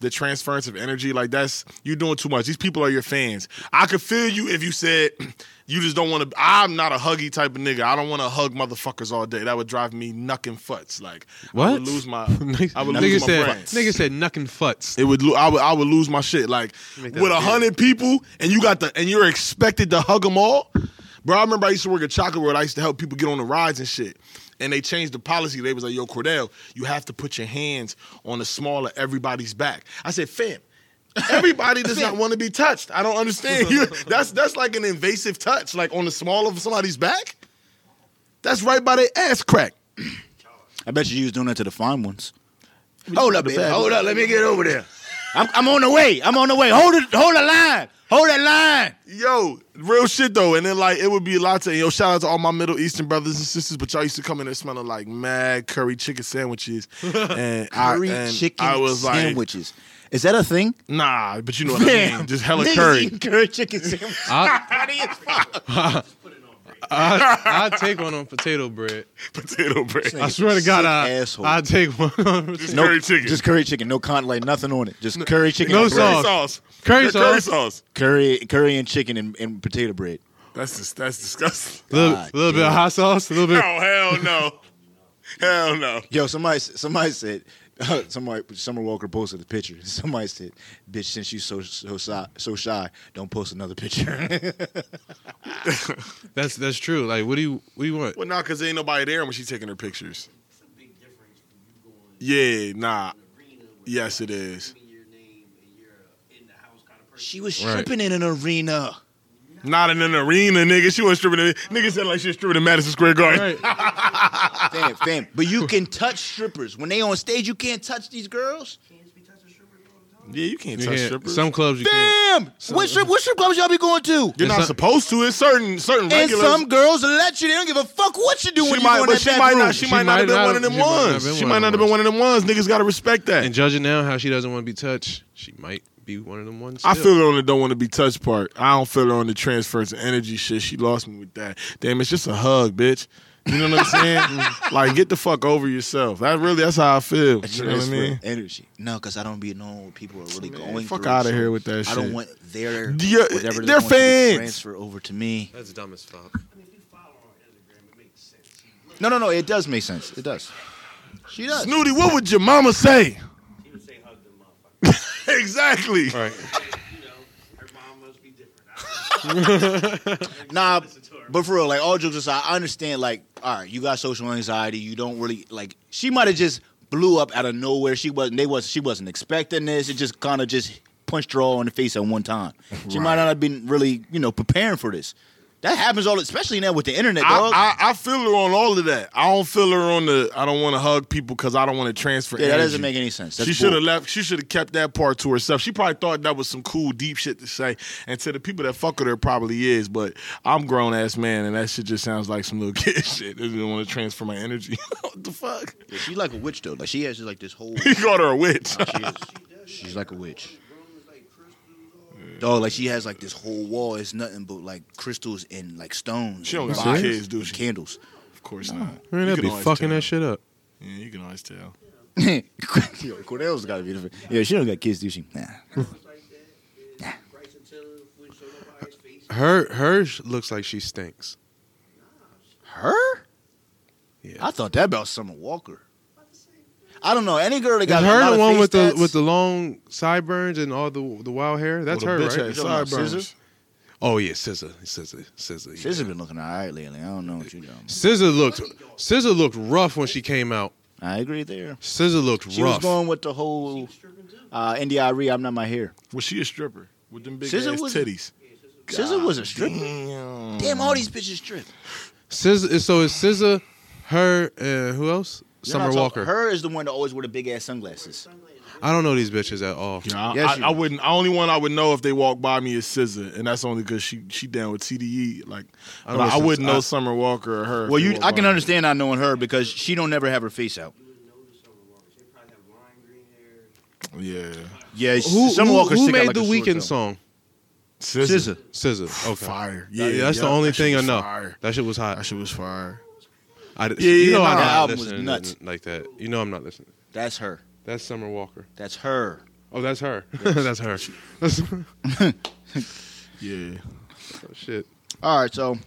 F: the transference of energy, like, that's you doing too much. These people are your fans. I could feel you if you said you just don't want to. I'm not a huggy type of nigga. I don't want to hug motherfuckers all day. That would drive me knucking futs. Like, I
D: What?
F: would lose my. I would
D: nigga
F: lose my
D: said,
F: friends.
D: nigga said, knucking futs.
F: It would lo- I would I would lose my shit. Like
D: Make that
F: with a
D: weird.
F: hundred people and you got the and you're expected to hug them all. Bro, I remember I used to work at Chocolate World. I used to help people get on the rides and shit. And they changed the policy. They was like, "Yo, Cordell, you have to put your hands on the smaller everybody's back." I said, "Fam, everybody does not want to be touched. I don't understand. You- that's that's like an invasive touch, like on the small of somebody's back. That's right by their ass crack.
B: I bet you you was doing that to the fine ones.
F: Hold up, baby. Hold up. Let me get over there."
B: I'm, I'm on the way. I'm on the way. Hold it. Hold the line. Hold that line.
F: Yo, real shit though. And then like it would be lots of yo, shout out to all my Middle Eastern brothers and sisters, but y'all used to come in there smelling like mad curry chicken sandwiches. And
B: Curry
F: I, and
B: chicken
F: I was
B: sandwiches. Is that a thing?
F: like, nah, but you know what I mean. Just hella
B: Niggas
F: curry.
B: eating curry chicken sandwiches.
D: I
B: Funny as fuck.
D: I take one on potato bread.
F: Potato bread.
D: I swear to God, I
B: asshole.
D: I take one on potato
F: Just curry chicken.
B: Just curry chicken, no con, like nothing on it. Just curry chicken,
D: no
B: and
F: curry
B: bread.
D: sauce.
F: sauce.
D: Curry
F: Yeah, Curry sauce.
B: curry, curry and chicken and, and potato bread.
F: That's just that's disgusting.
D: little,
B: God
D: little bit
B: damn.
D: of hot sauce, a little
F: No,
D: bit.
F: hell no. Hell no.
B: Yo, somebody, somebody said, somebody, Summer Walker posted a picture. Somebody said, "Bitch, since you so so shy, so shy, don't post another picture."
D: That's that's true. Like, what do you what do you want?
F: Well, nah, cause there ain't nobody there when she's taking her pictures.
A: It's a big difference when you go in
F: Yeah, nah.
A: an arena with
F: Yes, it is.
A: screaming your name and you're a in the house kind of person.
B: she was
D: Right.
B: stripping in an arena.
F: Not in an arena, nigga. She wasn't stripping. in- Nigga said like she was stripping in Madison Square Garden.
D: Right.
B: fam, fam. But you can touch strippers when they on stage. You can't touch these girls.
F: Yeah, you can't
D: You
F: touch
D: can't-
F: strippers.
D: Some clubs you can't.
B: Damn, what strip what strip clubs y'all be going to?
F: You're
D: And
F: not
D: some-
F: supposed to. It's certain
B: And
F: certain regulars.
B: some girls will let you. They don't give a fuck what you do
F: she
B: when you
F: might,
B: go in
F: but
B: that
F: she
B: back
F: might
B: room.
F: not. She, might not have been one of them
D: she might not have
F: ones.
D: been
F: She
D: one
F: might
D: of
F: not
D: them
F: have been one of them ones. Niggas gotta respect that.
D: And judging now how she doesn't want to be touched, she might be one of them ones.
F: I
D: still.
F: feel her on the don't want to be touched part. I don't feel her on the transfers of energy shit. She lost me with that. Damn, it's just a hug, bitch. You know what I'm saying? Mm. like, get the fuck over yourself. That really, that's how I feel. You know what I mean?
B: Energy. No, because I don't be knowing what people are really
F: Man,
B: going
F: fuck
B: through,
F: outta
B: so
F: here with that
B: I don't
F: shit.
B: want their
F: Yeah,
B: whatever
F: they're
B: they're going through to
F: fans.
B: transfer over to me.
D: That's dumb as fuck.
A: I mean, if you follow her on Instagram, it makes sense. She would,
B: No, no, no. It does make sense. It does. She does.
F: Snooty, what would your mama say?
A: she would say hug the motherfucker.
F: exactly.
D: All right.
A: you know, her mom must be different. I
B: Nah,
A: Listen to her.
B: but for real, like all jokes aside, I understand. Like, all right, you got social anxiety. You don't really like. She might have just blew up out of nowhere. She wasn't. They was. She wasn't expecting this. It just kind of just punched her all in the face at one time. She might not have been really, you know, preparing for this. That happens all, especially now with the internet, dog.
F: I, I, I feel her on all of that. I don't feel her on the. I don't want to hug people because I don't want to transfer.
B: yeah, that
F: energy.
B: doesn't make any sense. That's
F: she should
B: bull.
F: have left. She should have kept that part to herself. She probably thought that was some cool, deep shit to say. And to the people that fuck with her, it probably is. But I'm grown ass man, and that shit just sounds like some little kid shit. I didn't want to transfer my energy. what the fuck?
B: Yeah, She like a witch though. Like she has just like this whole.
F: He called her a witch.
B: She is. She's like a witch. Dog, like she has like this whole wall. It's nothing but like crystals and like stones.
F: She don't
B: and
F: got
B: boxes
F: kids, do
B: and
F: she?
B: Candles.
F: of course not.
D: Man,
F: You
D: that'd
F: can
D: be
F: always
D: fucking
F: tell.
D: that shit up.
F: Yeah, you can always tell.
B: Yo, Cordell's got to be different. Yeah, she don't got kids, do she? Nah.
A: was like that. Yeah. Bryson Tiller wouldn't show nobody's face.
D: Her hers looks like she stinks.
B: Her?
D: Yeah.
B: I thought that about Summer Walker. I don't know any girl that
D: Is
B: got a
D: her
B: lot
D: the
B: of
D: one
B: face
D: with the
B: tats-
D: with the long sideburns and all the the wild hair? That's
F: Well,
D: her,
F: the
D: right?
F: bitch had
B: You talking about
F: sideburns.
B: Scissor?
D: Oh yeah, Scissor, Scissor, Scissor. Yeah.
B: She's been looking all right lately. I don't know what you doing.
D: Scissor looked Scissor looked rough when she came out.
B: I agree there.
D: Scissor looked
B: She
D: rough.
B: was going with the whole uh, NDIRE. I'm not my hair.
F: Was she a stripper with them big
B: Scissor
F: ass
B: was-
F: titties?
B: Scissor was a stripper.
F: Damn.
B: Damn, all these bitches strip.
D: Scissor. So it's Scissor, her, and who else?
B: You're
D: Summer
B: not talking-
D: Walker.
B: her is the one that always wore the big ass sunglasses.
D: I don't know these bitches at all.
F: Yeah, I,
B: Yes,
F: I-
B: you
F: I
B: do.
F: wouldn't. The only one I would know if they walked by me is Scissor, and that's only because she she down with TDE. Like,
D: I
F: I,
D: don't
F: but I
D: listen to-
F: wouldn't know
D: I-
F: Summer Walker or her. if
B: Well,
F: they
B: you,
F: walked
B: I
F: by
B: can
F: me.
B: understand not knowing her because she don't never have her face out.
A: They probably have lime green hair.
F: Yeah,
B: Yeah,
D: Who,
B: Summer
D: who,
B: Walker
D: who
B: stick out
D: made
B: like
D: the
B: a sore
D: weekend
B: thumb.
D: song?
F: Scissor.
D: Scissor. Okay.
F: Fire.
D: Yeah, that's the
F: yeah,
D: only
F: that shit
D: thing I
F: was
D: know.
F: Fire.
D: That shit was hot.
F: That shit was fire.
D: I, yeah,
F: Yeah,
D: you
F: yeah,
D: know I'm
F: nah,
D: not
F: that
B: album was
D: listening to
B: nuts.
D: like that. You know I'm not listening.
B: That's her.
D: That's Summer Walker.
B: That's her.
D: Oh, that's her. that's her. That's,
F: Yeah.
D: oh, shit.
B: All right, so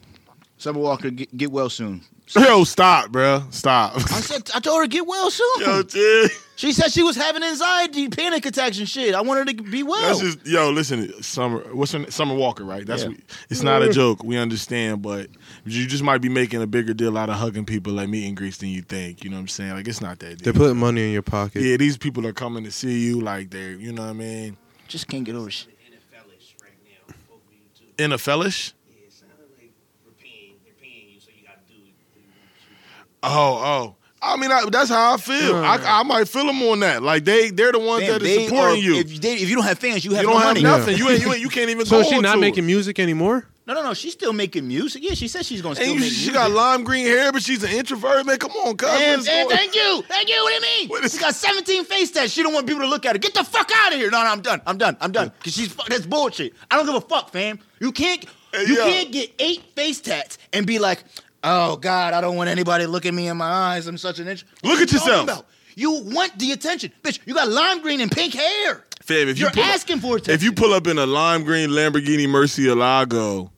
B: Summer Walker, get, get well soon.
F: Yo, stop, bro. Stop.
B: I said I told her get well soon.
F: yo, dude.
B: She said she was having anxiety, panic attacks, and shit. I wanted to be well.
F: That's just yo. Listen, Summer. What's her name? Summer Walker? Right. That's
B: Yeah.
F: what- it's not a joke. We understand, but you just might be making a bigger deal out of hugging people at meet and greets than you think. You know what I'm saying? Like, it's not that.
D: They're
F: Deep.
D: putting money in your pocket.
F: Yeah, these people are coming to see you. Like, they're you know what I mean.
B: Just can't get over shit.
A: NFLish right now. Both of you two.
F: in a fellish.
A: Yeah, it sounded like we're paying. They're paying you, so you gotta do it.
F: Oh, oh. I mean, I, that's how I feel. I, I might feel them on that. Like they, they're the ones
B: Damn,
F: that are
B: they are-
F: supporting you.
B: If, they, if you don't have fans, you
F: you
B: have
F: don't
B: no
F: have
B: money.
F: nothing. You ain't, you ain't, you can't even.
D: So
F: go
D: is she
F: on
D: not
F: tour.
D: making music anymore?
B: No, no, no. She's still making music. Yeah, she said she's gonna still
F: And you,
B: make
F: she
B: music.
F: got lime green hair, but she's an introvert. Man, come on, cuz.
B: Damn,
F: What's
B: damn,
F: going-
B: thank you, thank you. What do you mean?
F: What is-
B: she got 17 face tats. She don't want people to look at her. Get the fuck out of here. No, no, I'm done. I'm done. I'm done. Cause she's fu- that's bullshit. I don't give a fuck, fam. You can't,
F: Hey,
B: you
F: yo.
B: can't get eight face tats and be like, oh God, I don't want anybody looking me in my eyes. I'm such an intro. What
F: Look
B: you
F: at
B: talking
F: yourself.
B: about? You want the attention, bitch. You got lime green and pink hair.
F: Fam, if you
B: You're
F: pull,
B: asking for attention.
F: if you pull up in a lime green Lamborghini Murcielago,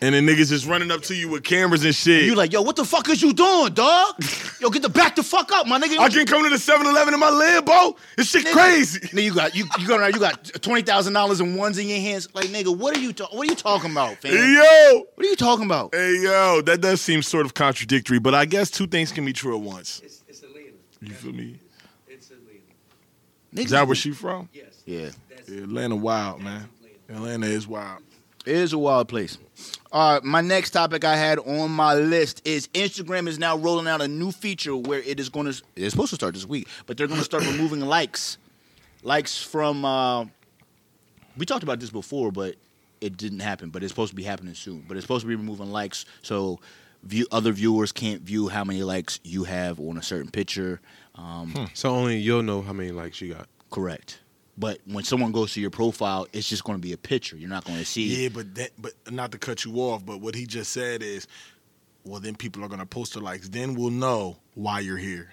F: and the niggas is running up to you with cameras and shit,
B: you like, yo, what the fuck is you doing, dog? yo, get the back the fuck up, my nigga.
F: I can come to the 7-Eleven in my Lambo. This shit crazy.
B: Nigga, you got you you got you got twenty thousand dollars in ones in your hands. Like nigga, what are you ta- what are you talking about, fam?
F: Yo,
B: What are you talking about?
F: Hey yo, that does seem sort of contradictory, but I guess two things can be true at once.
A: It's it's Atlanta.
F: You feel me?
A: It's Atlanta.
B: Niggas,
F: Is that where she from?
A: Yes.
B: yeah.
A: That's
F: Atlanta, wild man. Atlanta is wild.
B: It is a wild place. All right, my next topic I had on my list is Instagram is now rolling out a new feature where it is going to. It's supposed to start this week, but they're going to start removing likes, likes from. Uh, we talked about this before, but it didn't happen. But it's supposed to be happening soon. But it's supposed to be removing likes, so view other viewers can't view how many likes you have on a certain picture. Um,
D: So only you'll know how many likes you got.
B: Correct. But when someone goes to your profile, it's just going to be a picture. You're not going to see.
F: Yeah, but that, but not to cut you off, but what he just said is, well, then people are gonna post their likes. Then we'll know why you're here.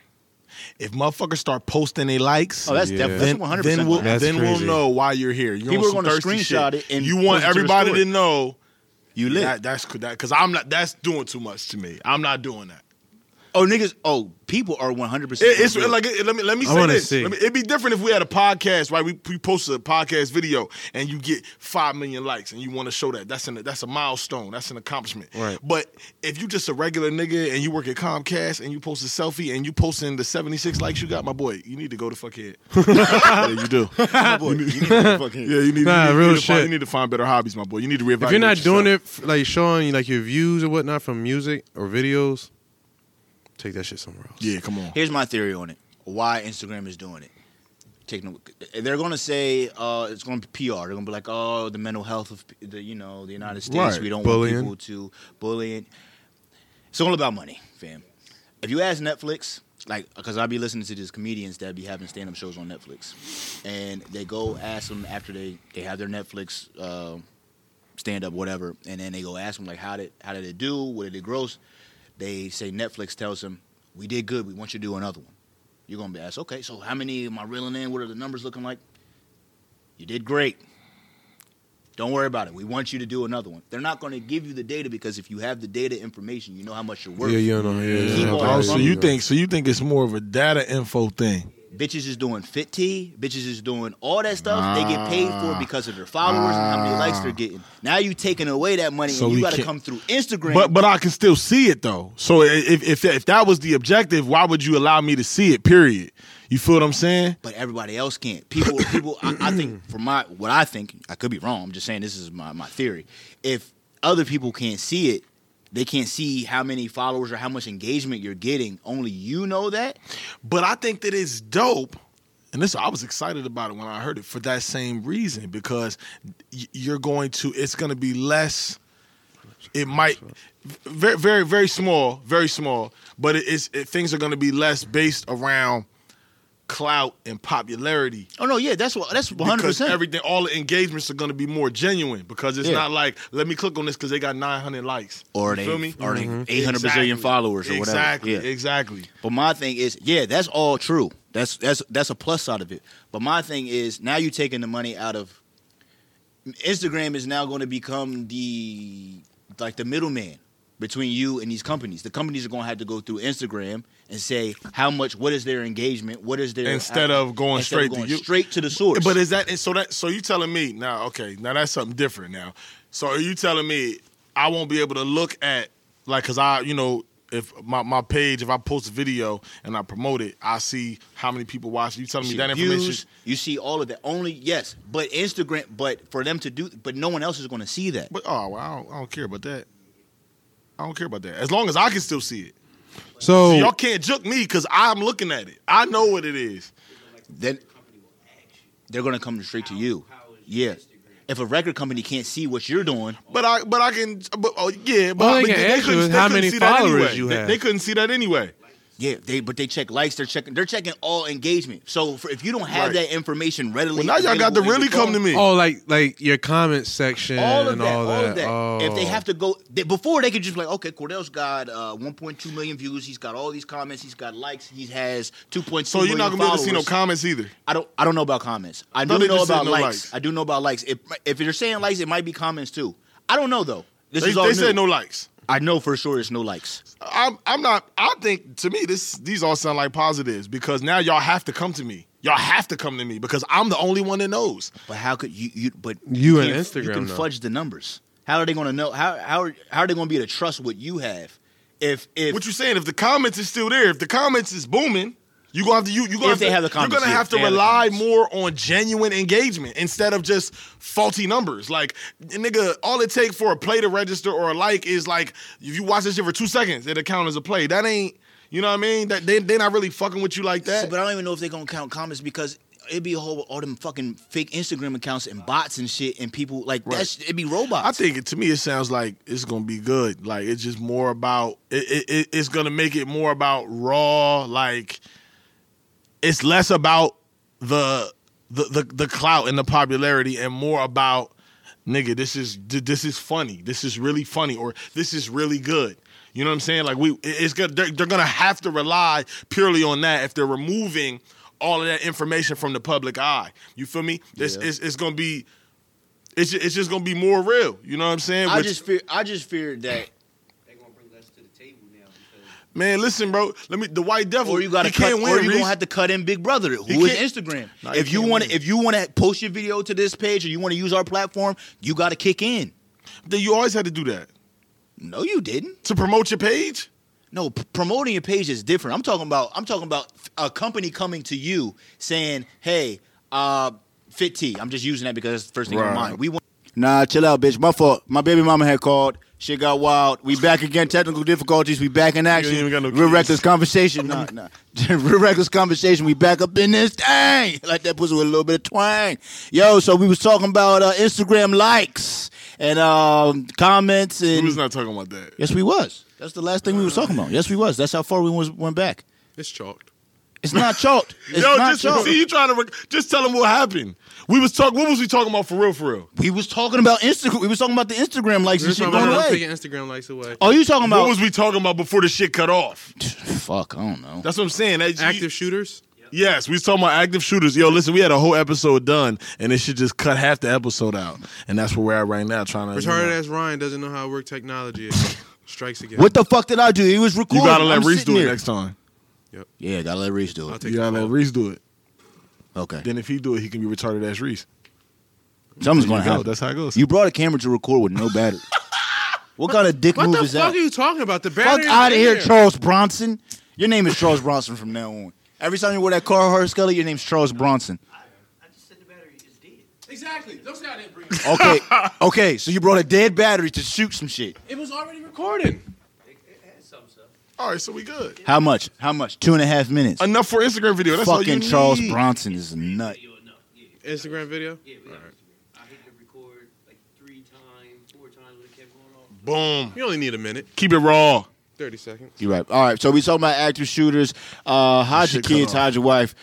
F: If motherfuckers start posting their likes,
B: Oh, that's
D: Yeah.
B: definitely
F: then,
B: that's 100.
F: then we'll
D: That's
F: then we'll
D: crazy.
F: know why you're here. You're
B: People
F: on
B: are
F: some
B: gonna
F: thirsty
B: screenshot
F: shit.
B: it and
F: you want
B: post it to the
F: everybody
B: story.
F: to know
B: you lit.
F: That, that's that because I'm not. That's doing too much to me. I'm not doing that.
B: oh niggas. Oh people are 100. percent
F: It- it's like it- let me let me
D: I
F: say
D: wanna
F: this.
D: see.
F: Let me- it'd be different if we had a podcast, right? We, we posted a podcast video and you get five million likes and you want to show that. That's an that's a milestone. That's an accomplishment.
D: Right.
F: But if you just a regular nigga and you work at Comcast and you post a selfie and you posting the seventy six likes you got, my boy, you need to go to fuckhead. yeah, you do. My boy, you need to go to fuckhead. Yeah, you need,
D: Nah,
F: you need,
D: real
F: you need to find,
D: shit.
F: you need to find better hobbies, my boy. You need to reevaluate.
D: If you're not doing
F: yourself.
D: it f- like showing like your views or whatnot from music or videos, take that shit somewhere else.
F: yeah, come on.
B: Here's my theory on it. Why Instagram is doing it. Taking they're going to say uh, it's going to be PR. They're going to be like, oh, the mental health of p- the you know the United States.
F: Right.
B: We don't
D: Bullying.
B: want people to bullying. It's all about money, fam. If you ask Netflix, like, because I be listening to these comedians that be having stand up shows on Netflix, and they go ask them after they they have their Netflix. Uh, stand up, whatever, and then they go ask them like, how did how did it do? What did it gross? They say Netflix tells them, we did good. We want you to do another one. You're gonna be asked, okay, so how many am I reeling in? What are the numbers looking like? You did great. Don't worry about it. We want you to do another one. They're not going to give you the data because if you have the data information, you know how much you're worth.
D: Yeah, you know, yeah,
B: Keep
D: yeah,
B: on
D: yeah,
F: Oh,
B: it.
F: so
D: yeah,
F: you
D: yeah.
F: think so you think it's more of a data info thing?
B: Bitches is doing 50. Bitches is doing all that stuff. they get paid for it because of their followers and how many likes they're getting. Now you taking away that money
F: So
B: and you
F: we
B: got to
F: can't-
B: come through Instagram.
F: But but I can still see it though. So i- if if if that was the objective, why would you allow me to see it? Period. You feel what I'm saying?
B: but everybody else can't. People, people. I, I think for my what I think, I could be wrong. I'm just saying this is my my theory. If other people can't see it, they can't see how many followers or how much engagement you're getting. Only you know that.
F: But I think that it's dope. And this I was excited about it when I heard it for that same reason because y- you're going to it's going to be less it might very very very small, very small, but it is it, things are going to be less based around clout and popularity.
B: Oh no, yeah, that's what that's 100.
F: because
B: percent
F: everything, all the engagements are going to be more genuine because it's
B: Yeah.
F: not like let me click on this because they got 900 likes
B: Or
F: You
B: they-
F: feel me? Mm-hmm.
B: or they 800 bazillion followers or whatever.
F: Exactly,
B: Yeah.
F: exactly.
B: But my thing is, yeah, that's all true. That's that's that's a plus side of it. But my thing is, now you're taking the money out of Instagram is now going to become the like the middleman between you and these companies. The companies are going to have to go through Instagram and say how much, what is their engagement, what is their
F: Instead of going
B: instead
F: straight to
B: going
F: you.
B: straight to the source.
F: But is that and so that so you telling me now? Okay, now that's something different. Now, so are you telling me I won't be able to look at like because I you know. If my, my page, if I post a video and I promote it, I see how many people watch. You telling
B: you
F: me
B: see
F: that
B: the
F: information?
B: views, you see all of that. Only yes, but Instagram. But for them to do, but no one else is going to see that.
F: But oh, well, I don't, I don't care about that. I don't care about that. As long as I can still see it. So y'all
D: So
F: can't juke me because I'm looking at it. I know what it is.
B: then they're gonna come straight to you.
A: how is
B: Yeah.
A: your Instagram?
B: If a record company can't see what you're doing,
F: But I, but I can, but oh yeah, but,
D: All they
F: but
D: can ask you
F: couldn't-
D: is how
F: couldn't
D: many
F: see that
D: followers
F: anyway.
D: you
F: They-
D: have.
F: They, couldn't see that anyway.
B: yeah, they but they check likes, they're checking, they're checking all engagement. So for, if you don't have
F: Right.
B: that information readily,
F: Well, now y'all got to
B: available in
F: really
B: your
F: come to
B: phone,
F: me.
D: oh, like like your comment section
B: All of
D: and
B: that,
D: all that. Oh.
B: If they have to go they, before, they could just be like, okay, Cordell's got uh, 1.2 million views. He's got all these comments. He's got likes. He has 2.2.
F: so you're not
B: million
F: gonna be able to see no
B: followers.
F: comments either.
B: I don't. I don't know about comments. I
F: thought
B: do
F: they
B: know
F: just said
B: about
F: no
B: likes.
F: likes.
B: I do know about likes. If if you're saying likes, it might be comments too. I don't know though. This
F: They,
B: is all
F: they said
B: new.
F: no likes.
B: I know for sure it's no likes.
F: I'm, I'm not. I think to me this these all sound like positives because now y'all have to come to me. Y'all have to come to me because I'm the only one that knows.
B: But how could you? you but
D: You and
B: can't- You
D: Instagram,
B: can
D: though.
B: fudge the numbers. How are they going to know? How how are, how are they going to be able to trust what you have? If if
F: What you saying? If the comments is still there, if the comments is booming, You gonna have to you you gonna
B: If they
F: have
B: have
F: to,
B: the
F: you're
B: comments,
F: gonna
B: yeah,
F: have to
B: they have the
F: rely
B: comments.
F: more on genuine engagement instead of just faulty numbers. Like nigga, all it take for a play to register or a like is like if you watch this shit for two seconds, it'll count as a play. That ain't you know what I mean? That they they not really fucking with you like that.
B: So, but I don't even know if they're gonna count comments because it'd be a whole all them fucking fake Instagram accounts and bots and shit and people like
F: Right.
B: that's it'd be robots.
F: I think it, to me it sounds like it's gonna be good. Like it's just more about it, it, it. It's gonna make it more about raw. Like it's less about the the the, the clout and the popularity, and more about nigga. This is th- this is funny. This is really funny, or this is really good. You know what I'm saying? Like we, it- it's gonna they're, they're gonna have to rely purely on that if they're removing all of that information from the public eye. You feel me? It's
B: Yeah.
F: it's, it's gonna be it's just, it's just gonna be more real. You know what I'm saying?
B: I
F: Which-
B: just fear I just feared that
A: They gonna bring us to the table now because
F: man, listen, bro. Let me. The white devil.
B: or you gotta
F: he
B: cut,
F: can't win.
B: or you
F: Reese.
B: gonna have to cut in Big Brother,
F: He
B: who is
F: can't-
B: Instagram.
F: Nah,
B: if
F: he
B: you
F: can't
B: want,
F: win.
B: to if you want to post your video to this page, or you want to use our platform, you gotta kick in.
F: Then you always had to do that
B: No, you didn't.
F: to promote your page.
B: No, p- promoting your page is different. I'm talking about I'm talking about a company coming to you saying, "Hey, uh, Fit T." I'm just using that because that's the first thing on
F: Right.
B: mind. We want. Nah, chill out, bitch. My fault. My baby mama had called. Shit got wild. We back again. Technical difficulties. We back in action.
F: even got no
B: Real
F: kids.
B: reckless conversation. Nah, nah. Real reckless conversation. We back up in this thing. Like that pussy with a little bit of twang. Yo, so we was talking about uh, Instagram likes and um, comments and
F: We was not talking about that.
B: Yes, we was. That's the last thing we was talking about. Yes, we was. That's how far we was, went back.
D: It's chalked.
B: It's not chalked. It's
F: Yo,
B: not
F: just
B: chalked.
F: see you trying to rec- just tell him what happened. We was talking. What was we talking about for real? For real.
B: We was talking about Instagram. We was talking about the Instagram likes and
D: Just
B: shit
D: remember
B: going
D: how to
B: away.
D: take your Instagram likes away.
B: Oh, you talking about?
F: What was we talking about before the shit cut off?
B: Fuck, I don't know.
F: That's what I'm saying. That- you-
D: Active shooters.
F: Yes, we was talking about active shooters. Yo, listen, we had a whole episode done, and it should just cut half the episode out, and that's where we're at right now. Trying to you know.
D: Retarded ass Ryan doesn't know how to work technology. is. Strikes again.
B: What the fuck did I do? He was
F: You
B: recording.
F: gotta let
B: I'm
F: Reese
B: sitting
F: do it
B: here.
F: next time.
B: Yeah, gotta let Reese do
D: I'll
B: it.
D: take
F: You
D: the
F: gotta let
D: fall.
F: Reese do it.
B: Okay,
F: Then if he do it, he can be retarded as Reese.
B: something's gonna
F: You go.
B: happen.
F: That's how it goes.
B: You brought a camera to record with no battery. what kind of dick
D: What
B: move
D: the
B: is
D: fuck
B: that?
D: are you talking about? The
B: Fuck
D: battery.
B: out of here, Charles Bronson. Your name is Charles Bronson from now on. Every time you wear that Carhartt Scully, your name's Charles Bronson.
A: I just said the battery is dead.
D: Exactly. Don't say I didn't bring
B: Okay, okay. So you brought a dead battery to shoot some shit.
D: it. was already recording.
A: It, it had some stuff.
F: All right, so we good.
B: How much? How much? Two and a half minutes.
F: Enough for Instagram video. That's all you
B: Fucking
F: need.
B: Charles Bronson is a nut.
A: You know, yeah,
D: Instagram video.
A: yeah, we have Instagram. I hit the record like three times, four times when it kept going off.
F: Boom.
D: You only need a minute,
F: Keep it raw.
D: thirty seconds.
B: You're right. All right. So we talking about active shooters. Uh, hide your
F: Shit cut
B: kids.
F: off.
B: Hide your wife.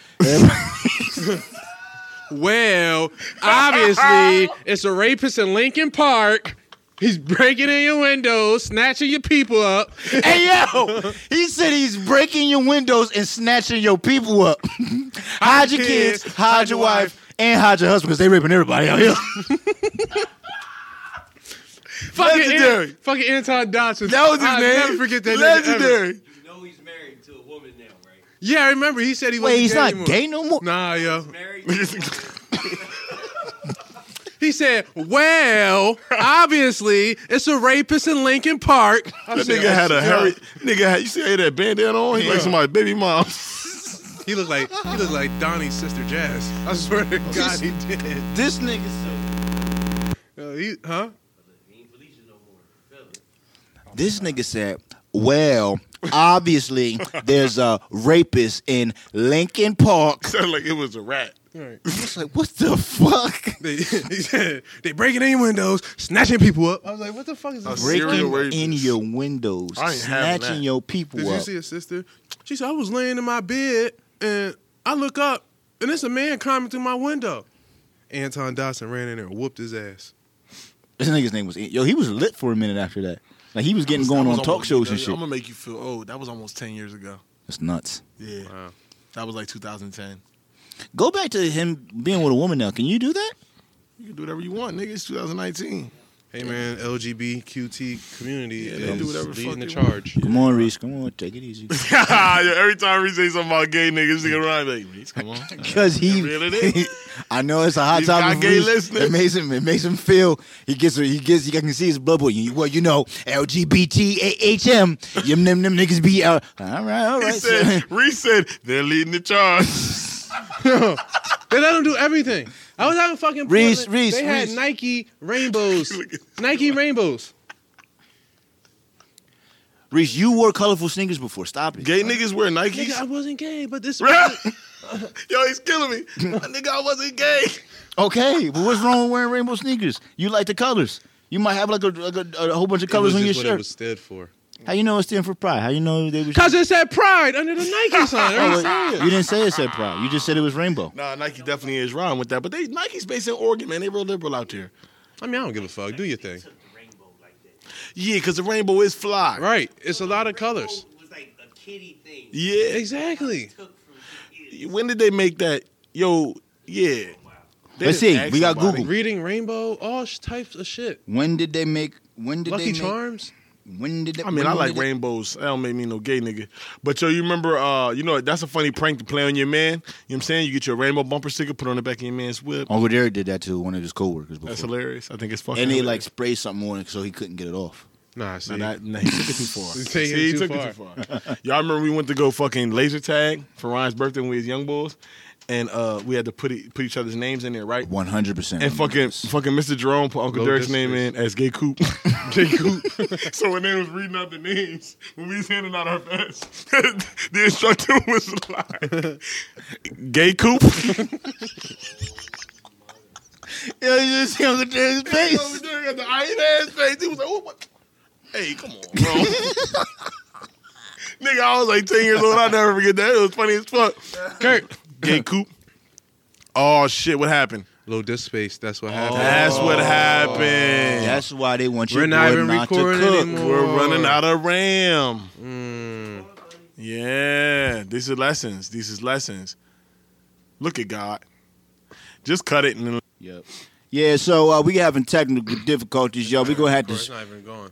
D: Well, obviously, it's a rapist in Lincoln Park. He's breaking in your windows, snatching your people up.
B: hey yo, he said he's breaking your windows and snatching your people up. hide your kids. Hide your wife. And hide your husband because they raping everybody out here.
D: Fucking An-
F: Legendary.
D: fucking Anton Dodson.
F: That was his
D: I'll
F: name.
D: Never forget that. nigga ever.
F: Legendary.
A: You know he's married to a woman now, right?
D: Yeah, I remember. He said he
B: Wait,
D: wasn't
B: he's
D: gay
B: not
D: anymore.
B: gay no more.
D: Nah, yo.
A: Married to a woman.
D: He said, "Well, obviously, it's a rapist in Lincoln Park."
F: That nigga had a Harry. Nigga had. You see how he had that bandana on? He like
D: Yeah.
F: somebody baby mom.
D: He looked like he looked like Donnie's sister Jazz. I swear to God, he did.
B: This nigga.
D: Uh, he, huh?
A: he ain't police no more. Fella.
B: This nigga said, "Well, obviously there's a rapist in Lincoln Park."
F: Sounded like it was a rat.
D: Right.
B: It's like, what the fuck?
D: They, he said they breaking in windows, snatching people up. I was like, "What the fuck is this?"
F: Breaking
D: Did
F: Serial rapist.
B: in your windows,
F: I ain't having
B: snatching
F: that.
B: your people
D: you
B: up.
D: see a sister? She said, "I was laying in my bed and I look up and it's a man climbing through my window." Anton Dodson ran in there and whooped his ass.
B: This nigga's name was yo. He was lit for a minute after that. Like he was getting going on talk shows and shit.
F: I'm gonna uh, make you feel old. That was almost ten years ago.
B: That's nuts.
F: Yeah.
D: Wow.
F: That was like 2010.
B: Go back to him being with a woman now. Can you do that?
F: You can do whatever you want, nigga. It's 2019.
D: Hey man, LGBTQT community
F: they
D: is
F: do whatever the fuck
D: leading the
F: they want.
D: charge.
B: Come on, Reese. Come on, take it easy.
F: Yo, every time we say something about gay niggas, nigga Ryan be like, "Reese, come on.
B: Because he,
F: Reel it in.
B: I know it's a hot
F: He's
B: topic.
F: got
B: for
F: gay
B: Reese.
F: listeners.
B: It makes him. It makes him feel. He gets. He gets. You can see his blood boil. You- Well, you know, LGBTAHM. Yum them them niggas be out. All right, all
F: He
B: right.
F: said, Reese said, they're leading the charge.
D: They let them do everything. I was out in fucking
B: Reese,
D: Portland.
B: Reese,
D: They had
B: Reese.
D: Nike rainbows.
F: Look at
D: Nike rainbows.
B: Reese, you wore colorful sneakers before. Stop it.
F: Gay niggas wear
D: Nigga, I
F: Nikes.
D: wasn't gay, but this.
F: Yo, he's killing me. nigga, I wasn't gay.
B: Okay, but what's wrong with wearing rainbow sneakers? You like the colors. You might have like a, like a, a whole bunch of colors on your
D: what it
B: shirt.
D: was stood for.
B: How you know it stand for pride? How you know they was?
D: Cause it said pride under the Nike sign.
B: Oh,
D: Everybody
B: wait, you didn't say it said pride. You just said it was rainbow.
F: Nah, Nike definitely is wrong with that. But they Nike's based in Oregon, man. They real liberal out there.
D: I mean, I don't give a fuck. Do your thing.
A: Took the rainbow like that.
F: Yeah, because the rainbow is fly.
D: Right. It's a lot of colors.
A: Rainbow was like a kiddie thing.
F: Yeah.
D: Exactly.
A: Took from kids.
F: When did they make that? Yo, yeah. They
B: Let's
F: didn't
B: see,
F: ask
B: we got
F: nobody.
B: Google.
D: Reading rainbow, all sh- types of shit.
B: When did they make? When did they
D: Lucky
B: make?
D: Charms.
B: When did they,
F: I mean,
B: when
F: I
B: did
F: like
B: they-
F: rainbows. That don't make me no gay nigga. But yo, you remember, uh, you know, that's a funny prank to play on your man. You know what I'm saying? You get your rainbow bumper sticker, put it on the back of your man's whip.
B: Uncle Derek did that to one of his coworkers before,
F: That's hilarious. I think it's fucking
B: Oh. and they like
F: hilarious.
B: sprayed something on it so he couldn't get it off.
D: Nah, see.
F: Now that, nah, he took it too far.
D: He's taking it
F: he
D: too
F: took it too far. Y'all remember we went to go fucking laser tag for Ryan's birthday when we was young boys, and uh, we had to put it, put each other's names in there, right?
B: One hundred percent.
F: And fucking fucking Mr. Jerome put Uncle
D: Low
F: Derek's
D: distance.
F: name in as Gay Coop. Gay Coop. so when they was reading out the names, when we was handing out our vests, the instructor was like, Gay Coop?
B: yeah, you just see Uncle Derek's
F: Uncle
B: face.
F: Derek had the iron ass face. He was like, oh, what? Hey, come on, bro. Nigga, I was like 10 years old. I'll never forget that. It was funny as fuck.
D: Kurt.
F: Gay Coop. Oh, shit, what happened?
D: Low disc space. That's what happened.
F: That's what happened.
B: That's why they want you
D: We're not even
B: not to
D: recording
B: cook.
D: anymore.
F: We're running out of RAM.
D: Mm.
F: Yeah, these are lessons. These is lessons. Look at God. Just cut it and then
B: Yep. Yeah, so uh, we having technical difficulties, y'all. We gonna have
D: Bro, it's
B: to.
D: not even going.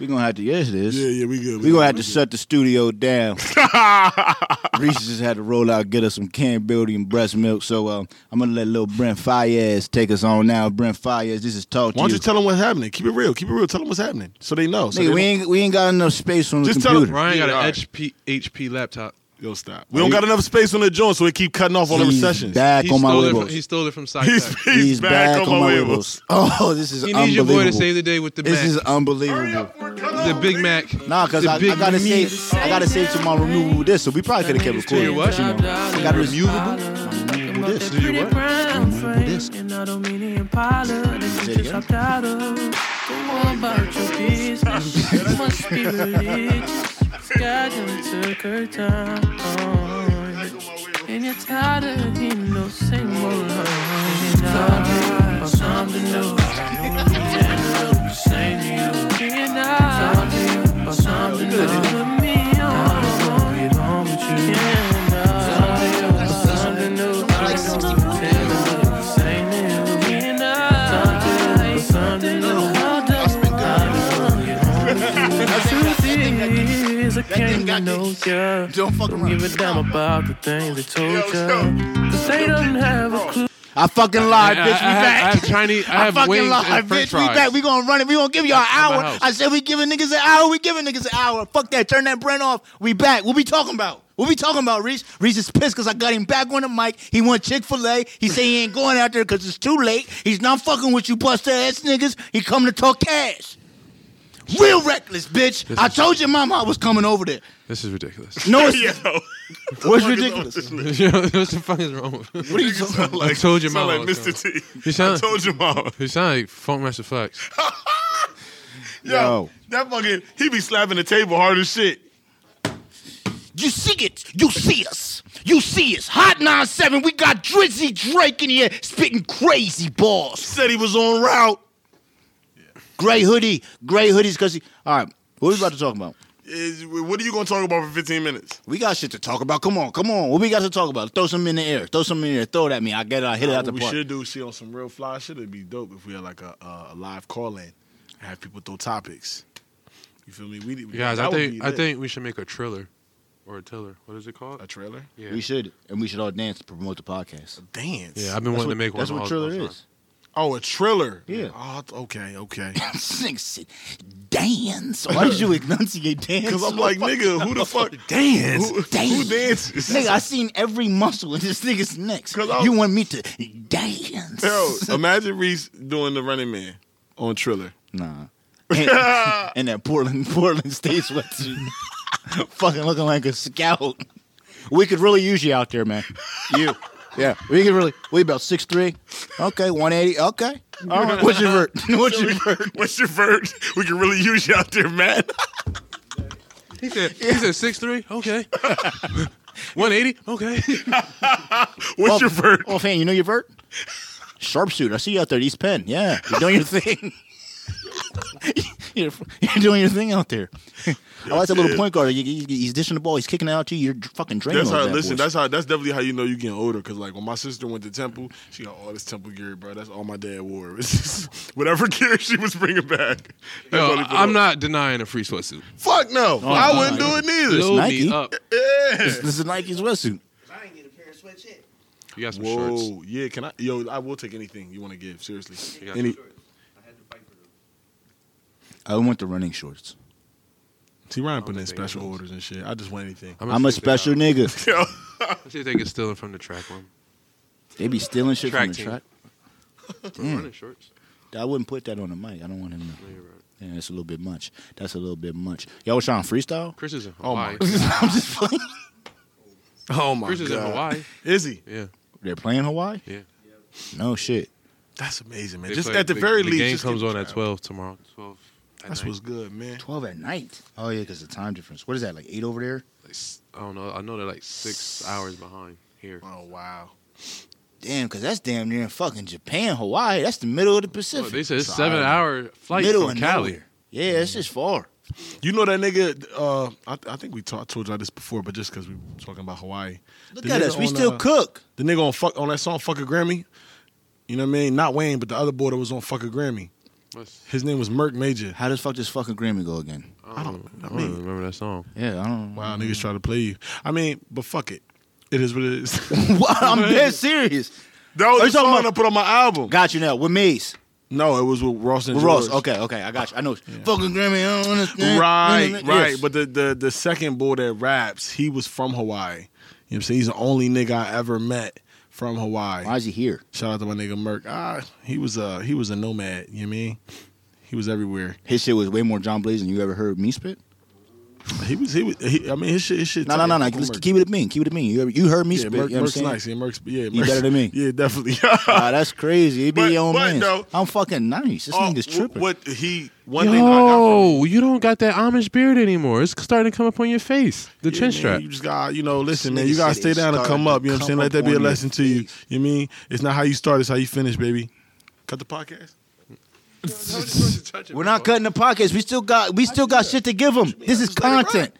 B: We gonna have to. Yes, it is.
F: yeah, we good.
B: We gonna have to shut the studio down. Reese just had to roll out, get us some canned beauty and breast milk. So uh, I'm gonna let little Brent Fayez take us on now. Brent Fayez, this is talk to
F: Why don't
B: you.
F: you tell them what's happening? Keep it real. Keep it real. Tell them what's happening so they know. So
B: Nigga,
F: they
B: we
F: don't-
B: ain't we ain't got enough space on the
F: Just tell
B: computer.
F: him-
D: Ryan got an
F: Alright.
D: HP, HP laptop.
F: Yo, stop. We don't got enough space on the joint, so we keep cutting off all the
B: He's
F: recessions.
B: Back
D: He
B: on my
D: stole, it from,
B: labels.
D: he stole it from
F: He's,
D: SciTech.
F: he's back, on, my labels.
B: Oh, this is
D: He needs your
B: unbelievable.
D: boy to save the day with the
B: this
D: Mac.
B: is unbelievable.
D: the Big Mac.
B: Nah, cause
D: The
B: I, I
D: big
B: gotta
D: meat.
B: save I gotta save to my removal this, so we probably could have kept recording.
D: Your what?
B: You know, I gotta removable remove this.
D: Do you what?
B: This.
G: And I don't mean to impala. This
B: Say
G: is
B: it
G: just
B: again.
G: a title. Go on about your business. You must be religious. Skyrim took her time. And you're tired of hearing those same old lines. Talking about something new. Same to you. And I talking about something new. Put me on. Get on with you. And I talking about something new. Like
B: Don't fuck
G: Give
B: around.
G: a damn about the things they told you. Cause they don't have a clue.
B: I fucking lied,
D: I,
B: bitch. We back.
D: I have Chinese. I have
B: fucking
D: wings
B: lied,
D: and French
B: bitch. We
D: fries.
B: back. We gonna run it. We gonna give y'all an
D: At my
B: hour.
D: house.
B: I said we giving niggas an hour. We giving niggas an hour. Fuck that. Turn that brand off. We back. What we talking about? What we talking about, Reese? Reese is pissed because I got him back on the mic. He want Chick Fil A. He say he ain't going out there because it's too late. He's not fucking with you, buster ass niggas. He come to talk cash. Real reckless, bitch. I told your mama I was coming over there.
D: This is ridiculous.
B: No, it's
F: Yo,
B: what's ridiculous.
D: Yo, what the fuck is wrong with
B: What are you talking about?
F: like,
D: told your
F: sound
D: mama
F: like
D: I was
F: Mr. T.
D: You sound-
F: I told your mama.
D: You sound like Funk Master Flex.
F: Yo,
B: Yo.
F: that fucking he be slapping the table hard as shit.
B: You see it. You see us. You see us. Hot 97. We got Drizzy Drake in here spitting crazy balls.
F: Said he was on route.
B: Gray hoodie. Gray hoodies because he. All right. What we about to talk about?
F: Is, what are you gonna talk about for 15 minutes?
B: We got shit to talk about. Come on. Come on. What we got to talk about? Throw some in the air. Throw some in the air. Throw it at me. I get it. I hit it out
F: what
B: the
F: we
B: park.
F: should do shit on some real fly shit. It'd be dope if we had like a, a, a live call in. have people throw topics. You feel me? We, we
D: Guys,
F: that
D: I
F: would
D: think
F: be
D: I
F: lit.
D: think we should make a triller or a tiller. What is it called?
F: a trailer
D: Yeah.
B: We should, and we should all dance to promote the podcast.
F: dance.
D: yeah, I've been wanting
B: what,
D: to make one.
B: That's what
D: all-
B: Triller
D: all time.
B: is.
F: Oh, a trailer.
B: Yeah.
F: Oh, th- okay, okay.
B: Sing, dance. Why did you enunciate dance?
F: Because I'm like, nigga, who the fuck
B: dance,
F: Who,
B: dance.
F: who dances?
B: Nigga, I seen every muscle in this nigga's neck.
F: 'Cause I-
B: You want me to dance?
F: Yo, imagine Reese doing the Running Man on Triller.
B: Nah. And, and that Portland Portland State sweatsuit. Fucking looking like a scout. We could really use you out there, man. You. Yeah. We could really we about six three. Okay, one eighty. Okay. All right. What's your vert? What's your vert?
F: What's your verb? We can really use you out there, man.
D: He said he said six three. Okay. One eighty. Okay.
F: What's
B: Oh,
F: your verb?
B: Oh fan, you know your vert? Sharpshooter. I see you out there at East Penn. Yeah. You're doing your thing. You're, you're doing your thing out there. I like that little point guard. He- he- he's dishing the ball. He's kicking it out to you. You're fucking draining.
F: That's
B: all
F: how.
B: that
F: Listen,
B: bullshit.
F: that's how. That's definitely how you know you getting older. Cause like when my sister went to Temple, she got all this Temple gear, bro. That's all my dad wore. It's just whatever gear she was bringing back. That's
D: Yo,
F: all he put
D: I'm
F: on.
D: not denying a free sweatsuit.
F: Fuck no. I
B: no,
F: wouldn't
B: no.
F: do it neither.
D: Load
B: Nike.
D: me up.
F: Yeah.
B: this is Nike's wetsuit.
A: I ain't get a pair of sweats yet.
D: You got some shorts.
F: Whoa. Yeah. Can I? Yo, I will take anything you want to give. Seriously.
D: You got
F: Any?
A: Shorts. I had to fight for them.
B: I want the running shorts.
F: See, Ryan putting in
D: think I
F: special
D: will.
F: orders and shit. I just want anything.
D: I'm,
B: I'm a special nigga.
F: Yo,
D: Let's see if they can steal it from the track one.
B: They be stealing shit
D: Track
B: from the
D: team.
B: track.
F: Mm.
D: We're running shorts.
B: I wouldn't put that on the mic. I don't want him to.
D: No, you're right.
B: Yeah, that's a little bit much. That's a little bit much. Y'all was trying to freestyle?
D: Chris is in
F: Oh my
D: Hawaii.
B: I'm just playing.
F: oh my
D: Chris is in Hawaii.
F: Is he?
D: Yeah.
B: They're playing Hawaii?
D: Yeah.
B: No shit.
F: That's amazing, man.
D: They
F: just
D: play-
F: at the, very
D: the
F: least,
D: game
F: just
D: comes
F: get-
D: on at twelve tomorrow. Twelve. at
F: That's
D: night.
F: what's good, man.
B: 12 at night? Oh, yeah, because the time difference. What is that, like 8 over there?
D: Like, s- I don't know. I know they're like six hours behind here.
F: Oh wow.
B: Damn, because that's damn near in fucking Japan, Hawaii. That's the middle of the
D: Oh,
B: Pacific.
D: they said it's
F: It's
D: seven
F: an
D: hour flight
B: middle
D: from
B: of
D: Cali.
B: nowhere. Yeah, it's just far.
F: You know that nigga? Uh, I, I think we talked told y'all this before, but just because we were talking about Hawaii.
B: Look
F: The
B: at
F: nigga
B: us. We
F: on,
B: still
F: uh,
B: cook.
F: The nigga on fuck on that song "Fuck a Grammy." You know what I mean? Not Wayne, but the other boy that was on "Fuck a Grammy."
D: What's-
F: His name was Merc Major.
B: How does fuck this fucking Grammy go again?
D: I don't, I
F: I
D: don't
F: mean-
D: even remember that song.
B: Yeah, I don't
F: Wow, niggas try to play you. I mean, but fuck it. It is what it is.
B: I'm dead serious.
F: that
B: Are
F: was the
B: you talking
F: song
B: about-
F: I put on my album.
B: Got you now. With Maze.
F: No, it was with Ross and
B: With Ross.
F: George.
B: Okay, okay. I got you. I know. Fucking Grammy. I don't understand.
F: Right,
B: Yes.
F: right. But the, the the second boy that raps, he was from Hawaii. You know what I'm saying? He's the only nigga I ever met from Hawaii.
B: why is he here?
F: Shout out to my nigga Merc. Ah, he was a he was a nomad. You know what I mean? He was everywhere.
B: His shit was way more John Blaze than you ever heard me spit.
F: He was he was. He, I mean, his shit. His shit
B: No, no, no, no.
F: tight.
B: Let's
F: Merc.
B: keep it a bean. Keep it a bean. You, ever, you heard me
F: Yeah,
B: spit.
F: Merc,
B: you know what I'm
F: Merc's
B: saying?
F: nice. Yeah, Merc's yeah. Merc's,
B: better than me.
F: Yeah, definitely.
B: Ah, that's crazy. It be
F: But-
B: your own
F: but
B: man.
F: though- Oh,
B: I'm fucking nice. This nigga's tripping.
F: What he one thing I got from him-
D: Yo, you don't got that Amish beard anymore. It's starting to come up on your face. The
F: Yeah,
D: chin
F: man,
D: strap.
F: You just got, you know, listen, man.
B: nigga
F: You gotta
B: said it
F: stay down and
B: started
F: come
B: to
F: up. You know what I'm
B: come
F: saying? Let
B: up
F: that be a
B: on your
F: lesson to you.
B: face.
F: You mean it's not how you start, it's how you finish, baby. Cut the podcast.
B: We're not cutting the podcast. We still got we still got shit to give them. This is
F: Just let it
B: content.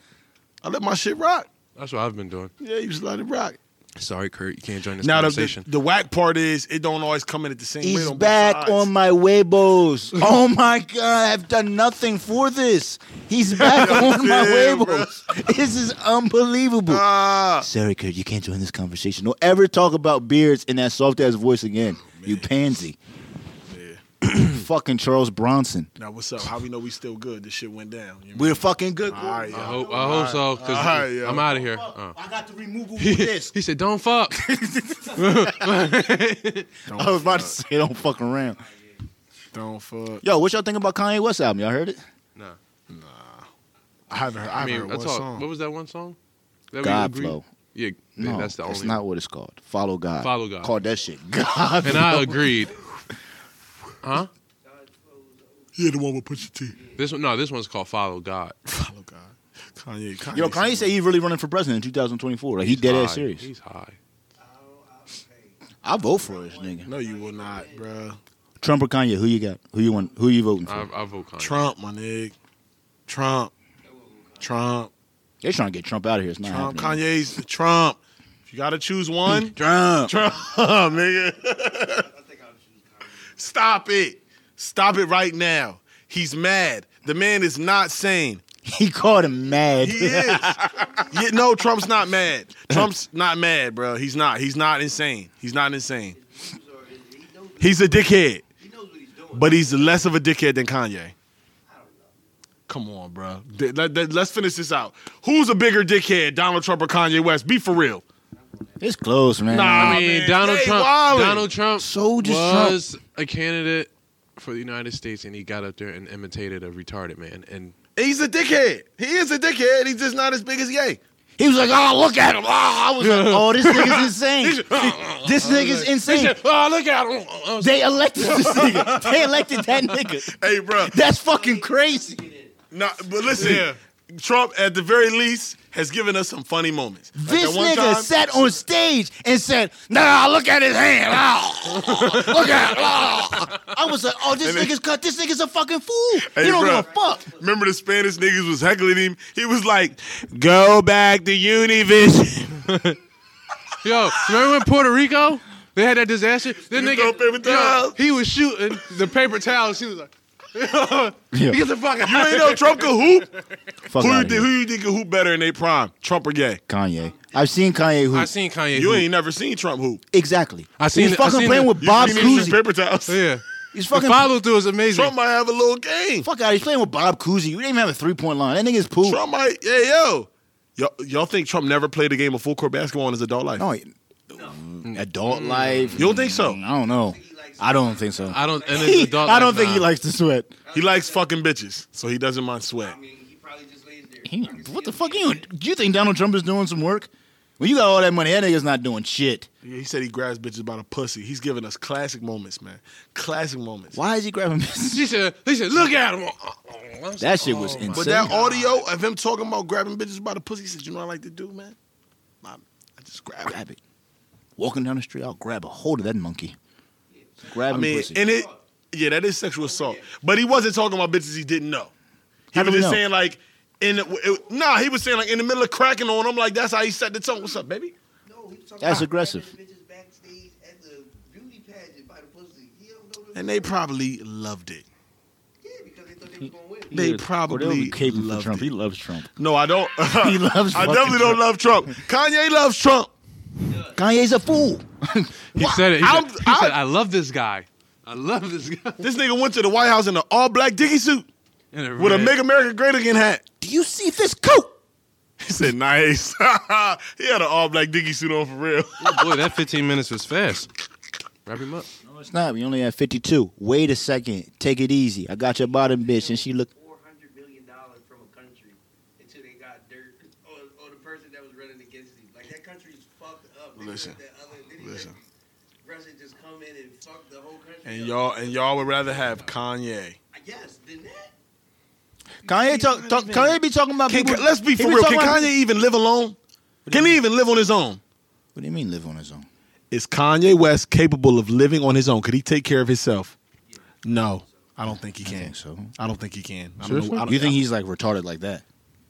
F: I let my shit rock.
D: That's what I've been doing.
F: Yeah, you just let it rock.
D: Sorry, Kurt, you can't join this
F: Now the, the
D: conversation.
F: the whack part is it don't always come in at the same rate
B: He's
F: on both
B: back
F: sides.
B: on my Weibos. Oh my god, I've done nothing for this. He's back on my
F: Damn, bro.
B: Weibos. This is unbelievable.
F: Ah,
B: Sorry, Kurt, you can't join this conversation. Don't ever talk about beards in that soft ass voice again.
D: Oh,
B: you pansy. fucking Charles Bronson.
F: now what's up? How we know we still good? This shit went down. You know?
B: We're fucking good.
F: All right,
D: I
F: yo.
D: hope, I hope so, because
F: Alright, yo.
D: I'm out of here. Uh.
B: I got the removal with
D: He,
B: this.
D: said, "Don't fuck."
B: I was about to say, don't fuck around.
F: Don't fuck.
B: Yo, what y'all think about Kanye West album? Y'all heard it?
D: nah,
F: I haven't heard. I,
D: I
F: haven't
D: mean
F: heard
D: that's
F: one
D: all.
F: song.
D: What was that one song? That we
B: God
D: agreed-
B: flow.
D: Yeah,
B: No,
D: that's the only.
B: not what it's called. Follow God.
D: Follow God.
B: Call that shit God.
D: and I agreed. Huh?
F: yeah, the one with Pusha T.
D: This one? No, this one's called "Follow God."
F: Follow Oh, God. Kanye. Kanye
B: Yo, Kanye
F: said-
B: said he really running for president in 2024. Like he
D: He's
B: dead ass
D: high.
B: serious.
D: He's high.
B: I vote for this nigga.
F: "No, you will not, bruh.
B: Trump or Kanye? Who you got? Who you want? Who you voting for?
D: I, I vote Kanye.
F: Trump, my nigga. Trump. Trump.
B: They're trying to get Trump out of here. It's not
F: Trump.
B: happening.
F: Kanye's the Trump. If you gotta choose one,
B: Trump.
F: Trump, nigga.
A: I think I'll choose Kanye.
F: Stop it. Stop it right now. He's mad. The man is not sane.
B: He called him mad.
F: He is. yeah, no, Trump's not mad. Trump's not mad, bro. He's not. He's not insane. He's not insane.
A: So he he knows,
F: He's a dickhead,
A: he knows what he's doing.
F: but he's less of a dickhead than Kanye. Come on, bro. Th- let- let- Let's finish this out. Who's a bigger dickhead, Donald Trump or Kanye West? Be for real.
B: It's close, man.
F: Nah.
D: I mean,
F: man,
D: Donald
F: they
D: Trump.
F: wildin'.
D: Donald Trump
B: So does
D: was a candidate for the United States, and he got up there and imitated a retarded man. And
F: He's a dickhead. He is a dickhead. He's just not as big as Ye.
B: He was like, "Oh, look at him! Oh,
F: Ah,
B: I was like, oh, this nigga's insane. this nigga's insane."
F: Oh, look at him. Oh,
B: They elected this nigga. They elected that nigga.
F: Hey, bro.
B: That's fucking crazy.
F: Nah, but listen, Trump at the very least has given us some funny moments. Like
B: This
F: that one
B: nigga
F: time-
B: sat on stage and said, "Nah, look at his hand. Oh, look at." It. Oh." I was like, "Oh, this
F: And then-
B: nigga's cut. This nigga's a fucking fool.
F: Hey,
B: he don't
F: bro.
B: give a fuck."
F: Remember the Spanish niggas was heckling him. He was like, "Go back to Univision."
D: yo, remember when Puerto Rico? They had that disaster. That
F: You throw paper
D: nigga, yo,
F: towels.
D: he was shooting the paper towels. She was like,
B: Yeah,
D: "Get the fuck out!"
F: You ain't know Trump could hoop.
B: fuck
F: Who you,
B: outta
F: think,
B: here.
F: who you think could hoop better in their prime, Trump or Gay?
B: Kanye. I've seen Kanye who
D: I seen Kanye.
F: You
D: hoop.
F: ain't never seen Trump hoop.
B: exactly.
D: I seen
B: He's
D: it- I
B: fucking
D: seen
B: playing
D: it.
B: with
F: You
B: Bob
F: seen him shoot
B: Cousy.
F: paper towels.
D: Yeah,
B: He's
D: the
B: fucking
D: follow through is amazing.
F: Trump might have a little game.
B: fuck out. He's playing with Bob Cousy. You didn't even have a three point line. That nigga's poo.
F: Trump might. Yeah, yo. Y'all, y'all think Trump never played a game of full court basketball in his adult life?
B: No, he- adult life.
F: You don't think so?
B: I don't know. I don't think so.
D: I don't. And it's adult,
B: I
D: like,
B: don't think
D: nah.
B: he likes to sweat.
F: He likes fucking bitches, so he doesn't mind sweat.
A: I mean, he probably just lays there.
B: He,
A: I can see
B: what the
A: him.
B: fuck? You do you think Donald Trump is doing some work? When you got all that money, that nigga's not doing shit.
F: Yeah, he said he grabs bitches by the pussy. He's giving us classic moments, man. Classic moments.
B: Why is he grabbing? bitches?
D: She said, "They said, look at him." I'm
B: that shit was insane.
F: "Oh." But that audio of him talking about grabbing bitches by the pussy, he said, "You know what I like to do, man? I, I just grab it.
B: grab it. Walking down the street, I'll grab a hold of that monkey. Grab
F: I
B: him
F: mean,
B: pussy.
F: and it, yeah, that is sexual assault. But he wasn't talking about bitches he didn't know. He
B: How do
F: was
B: we
F: just
B: know?
F: saying like, in the, it, nah, he was saying like in the middle of cracking on him, like that's how he set the tone. What's up, baby?
A: No, he was talking
B: That's
A: about
B: aggressive.
A: grabbing the bitches backstage at the beauty pageant by the pussy. He don't know them
F: And they
A: girls.
F: probably loved it.
A: Yeah, because they thought they was gonna win.
F: They probably loved
B: Trump.
F: it.
B: He loves Trump.
F: No, I don't.
B: He loves.
F: I definitely don't love Trump. Kanye loves Trump.
B: don't. Kanye's a fool.
D: He said it. He,
F: I'm-
D: said, he said,
F: I-
D: I love this guy. I love this guy.
F: This nigga went to the White House in an all black Dickie suit
D: And it
F: with a
D: read,
F: Make America Great Again hat.
B: do you see this coat?
F: He said, nice. he had an all black Dickie suit on for real.
D: Oh, boy, that 15 minutes was fast. Wrap him up.
B: No, it's not. We only have fifty-two. Wait a second. Take it easy. I got your bottom bitch, and she look.
A: Four hundred million dollars from a country until they got dirt on, on the person that was running against him. Like that country's fucked up. They
F: Listen,
A: let that other, they let
F: listen.
A: Russia just come in and fuck the whole country.
F: And
A: up.
F: y'all and y'all would rather have Kanye.
A: I guess than that.
B: Kanye talk, talk. Kanye be talking about
F: Can,
B: people.
F: let's
B: he
F: be for real.
B: talking
F: Can
B: about-
F: Kanye even live alone? Can he even live on his own?
B: What do you mean live on his own?
F: Is Kanye West capable of living on his own? Could he take care of himself? No, I don't think he
B: I
F: can.
B: think so.
F: I don't think he can. I don't
D: Seriously?
F: know, I don't,
B: You think he's like retarded like that?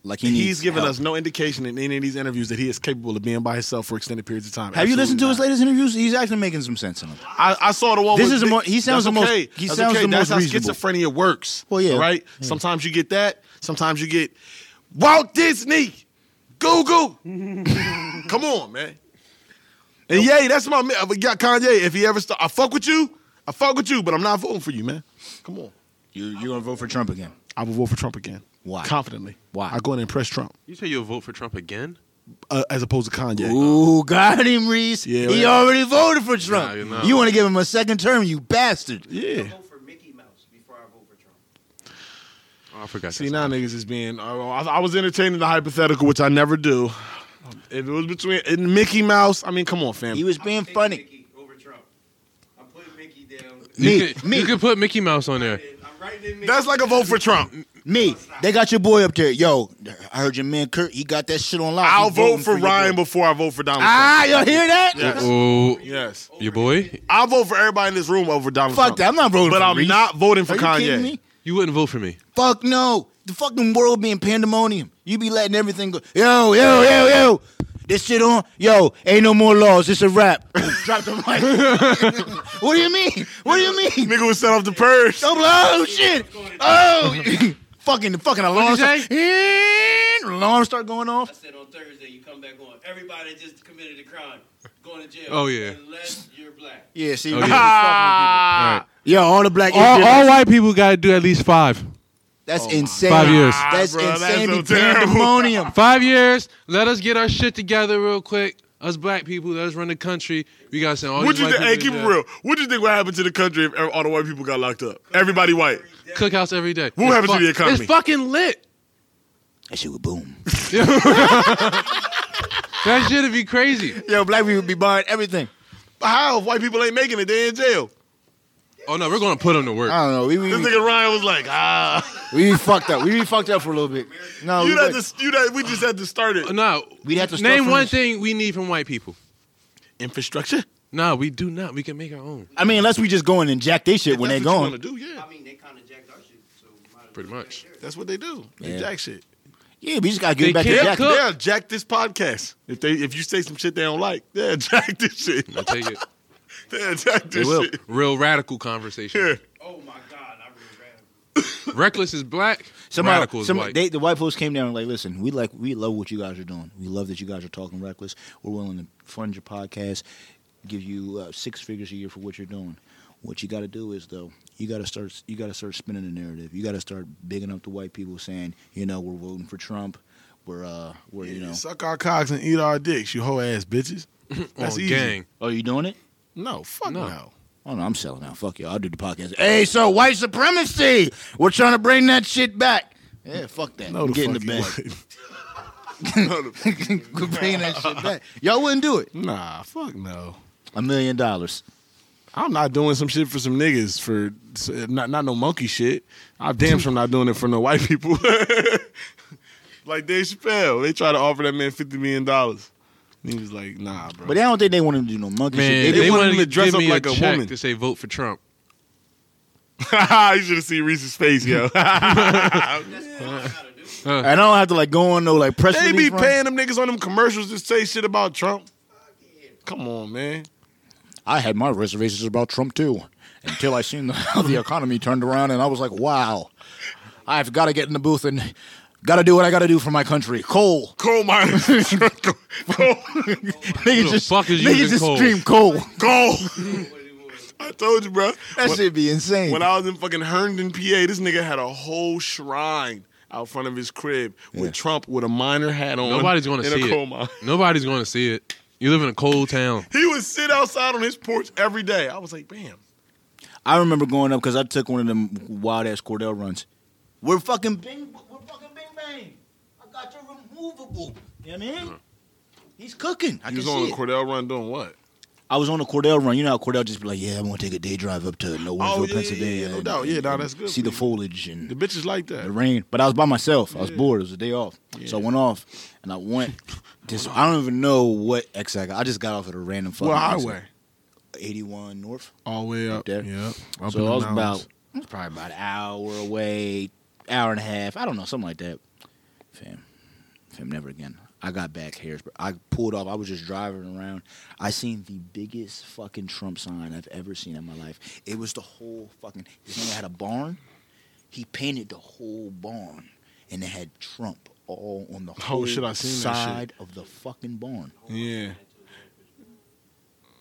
B: Like he needs
F: He's given
B: help.
F: us no indication in any of these interviews that he is capable of being by himself for extended periods of time.
B: Have you listened to his
F: Absolutely
B: latest interviews? He's actually making some sense in them.
F: not. I, I saw the one.
B: This
F: with
B: is the mo- he sounds
F: That's
B: the most-
F: okay.
B: he
F: That's
B: sounds
F: okay.
B: the most
F: That's how
B: reasonable.
F: schizophrenia works.
B: Well, yeah.
F: All right. Sometimes you get that. Sometimes you get Walt Disney. Goo goo. Come on, man. And yay, that's my man. But yeah, Kanye. If he ever, st- I fuck with you. I fuck with you, but I'm not voting for you, man. Come on.
B: You you gonna vote for Trump again?
F: I will vote for Trump again.
B: Why?
F: Confidently.
B: Why?
F: I go in and impress Trump
D: You say you'll vote for Trump again?
F: uh, as opposed to Kanye.
B: Ooh, got him, Reese.
F: Yeah,
B: he
F: yeah.
B: already voted for Trump.
D: Nah, you know.
B: You want to give him a second term, you bastard?
F: Yeah.
A: I vote for Mickey Mouse before I vote for Trump.
D: Oh, I forgot.
F: See
D: that.
F: now niggas is being. I, I I was entertaining the hypothetical, which I never do. If it was between and Mickey Mouse, I mean, come on, fam.
B: He was being
A: I'm taking
B: funny.
A: Mickey over Trump. I'm putting Mickey down.
D: you
B: Me,
D: could,
B: me,
D: you could put Mickey Mouse on there.
A: I'm writing in Mickey.
F: That's like a vote for Trump.
B: me. They got your boy up there. Yo, I heard your man Kurt. He got that shit on lock.
F: I'll
B: He
F: vote
B: voting
F: for
B: your
F: Ryan
B: boy.
F: before I vote for Donald
B: Ah, y'all hear that?
F: Trump. Yes.
D: Oh,
F: yes.
D: your boy?
F: I'll vote for everybody in this room over Donald
B: Fuck
F: Trump.
B: that. I'm not voting.
F: But
B: for
F: I'm
B: Reese.
F: not voting for
B: Are you
F: Kanye.
B: kidding me?
D: You wouldn't vote for me.
B: Fuck no. The fucking world being pandemonium. You be letting everything go. Yo, yo, yo, yo. This shit on? Yo, ain't no more laws. It's a rap. Drop the mic. what do you mean? What do you mean?
F: Nigga was set off the purge.
B: I'm like, oh shit. Oh, fucking fucking alarm.
D: What'd
B: Start, and alarm start going
A: I
B: off.
A: said on Thursday, you come back on. Everybody just committed a crime, going to jail.
D: Oh, yeah.
A: Unless you're black.
B: Yeah, see.
D: Oh,
B: we-
D: All right.
B: Yo, all the black.
D: All,
B: Indians-
D: all white people got to do at least five.
B: That's insane.
D: Oh, Five years.
B: That's
F: Bruh, that's
B: insane.
F: so terrible.
B: pandemonium.
D: Five years. Let us get our shit together real quick. Us black people, let us run the country. We got to send all
F: What
D: these
F: you
D: white
F: think? Hey, keep
D: people.
F: it
D: to
F: real. What do you think would happen to the country if all the white people got locked up? Everybody white.
D: jail. Cookhouse every day.
F: What
D: It's
F: happened to
D: fuck-
F: the economy?
D: It's fucking lit.
B: That shit would boom.
D: That shit'd be crazy.
B: Yo, black people be buying everything.
F: How if white people ain't making it? They in jail.
D: Oh no, we're gonna put them to work.
B: I don't know. We
F: This
B: we,
F: nigga Ryan was like, ah,
B: we be fucked up. We be fucked up for a little bit. No, we
F: you
B: good.
F: had to, you had, we just had to start it.
D: No,
B: We'd have to start
D: name
B: from
D: one
B: this-
D: thing we need from white people.
F: Infrastructure.
D: No, we do not. We can make our own.
B: I mean, unless we just go in and jack they shit when they
F: That's what you
B: gone.
F: wanna do, yeah.
A: I mean, they kind of jacked our shit, so might as
D: Pretty
A: well
D: much.
A: jack theirs.
F: That's what they do. They
B: Yeah.
F: jack shit.
B: Yeah, we just gotta get
D: They
B: it back to
D: can't
B: jack.
D: cook.
F: Yeah, jack this podcast. If they if you say some shit they don't like, yeah, jack this shit.
D: I take it.
F: Yeah, jack
D: They
F: this
D: will.
F: shit.
D: Real radical conversation.
F: Yeah.
A: Oh my God, I really ran.
D: Reckless is black.
B: Somebody,
D: radical is
B: some,
D: white.
B: they, the white folks came down and like, listen, we like, we love what you guys are doing. We love that you guys are talking reckless. We're willing to fund your podcast, give you uh, six figures a year for what you're doing. What you got to do is though, you got to start, you got to start spinning the narrative. You got to start bigging up the white people, saying, you know, we're voting for Trump. We're, uh, we're, you know,
F: Suck our cocks and eat our dicks, you whole ass bitches. That's
D: on
F: easy.
D: Oh, gang.
B: are you doing it?
F: No, fuck
D: No.
F: no.
B: Oh no, I'm selling out. Fuck you. I'll do the podcast. Hey, so white supremacy. We're trying to bring that shit back. Yeah, fuck that.
F: No,
B: I'm
F: the
B: getting the
F: fuck
B: bag.
F: you wouldn't. no, the,
B: We're bringing that shit back. Y'all wouldn't do it.
F: nah, fuck no.
B: A million dollars.
F: I'm not doing some shit for some niggas for not not no monkey shit. I'm damn sure not doing it for no white people. like Dave Chappelle, they try to offer that man fifty million dollars. He was like, nah, bro.
B: But I don't think they wanted to do no monkey
D: Man,
B: shit. They,
D: they,
F: didn't want
D: wanted
F: him to dress
D: give
F: up
D: me
F: like
D: a,
F: a
D: check
F: woman.
D: to say vote for Trump.
F: you should have seen Reese's face, yo.
B: I don't have to like go on no like press
F: they be
B: release run.
F: paying them niggas on them commercials to say shit about Trump. Come on, man.
B: I had my reservations about Trump too, until I seen the, how the economy turned around, and I was like, wow, I've got to get in the booth and got to do what I got to do for my country. Coal.
F: Coal miners. coal.
B: Niggas just,
D: fuck is
B: niggas
D: using
B: just
D: coal?
B: scream coal.
F: Coal. I told you, bro.
B: That
F: When-
B: should be insane.
F: When I was in fucking Herndon, PA, this nigga had a whole shrine out front of his crib
B: Yeah.
F: with Trump with a miner hat on.
D: Nobody's gonna
F: in
D: see
F: a
D: it.
F: coal mine.
D: Nobody's going to see it. You live in a cold town.
F: He would sit outside on his porch every day. I was like, damn.
B: I remember going up because I took one of them wild ass Cordell runs. We're fucking bing, we're fucking bing bang. I got your removable. You know what I mean? He's cooking. I can
F: He was on
B: see
F: the
B: it.
F: Cordell run doing what?
B: I was on a Cordell run. You know how Cordell just be like, "Yeah, I'm gonna take a day drive up to Nowheresville,
F: Oh, yeah, yeah,
B: Pennsylvania.
F: yeah, no
B: and-
F: doubt. Yeah, nah,
B: and
F: that's good
B: See
F: for
B: the
F: you.
B: foliage and
F: The bitches like that.
B: the rain. But I was by myself. I was bored. It was a day off. So I went off and I went. Just I don't even know what exit I got. I just got off at a random fucking
F: Well,
B: exit.
F: highway.
B: 81 North.
F: All the way up.
B: there.
F: Yeah.
B: so I was about I was probably about an hour away, hour and a half. I don't know, something like that. Fam, fam, never again. I got back here. I pulled off. I was just driving around. I seen the biggest fucking Trump sign I've ever seen in my life. It was the whole fucking. This nigga had a barn. He painted the whole barn, and it had Trump all on the whole
F: Oh, shit, I seen that shit.
B: side of the fucking barn.
F: Yeah.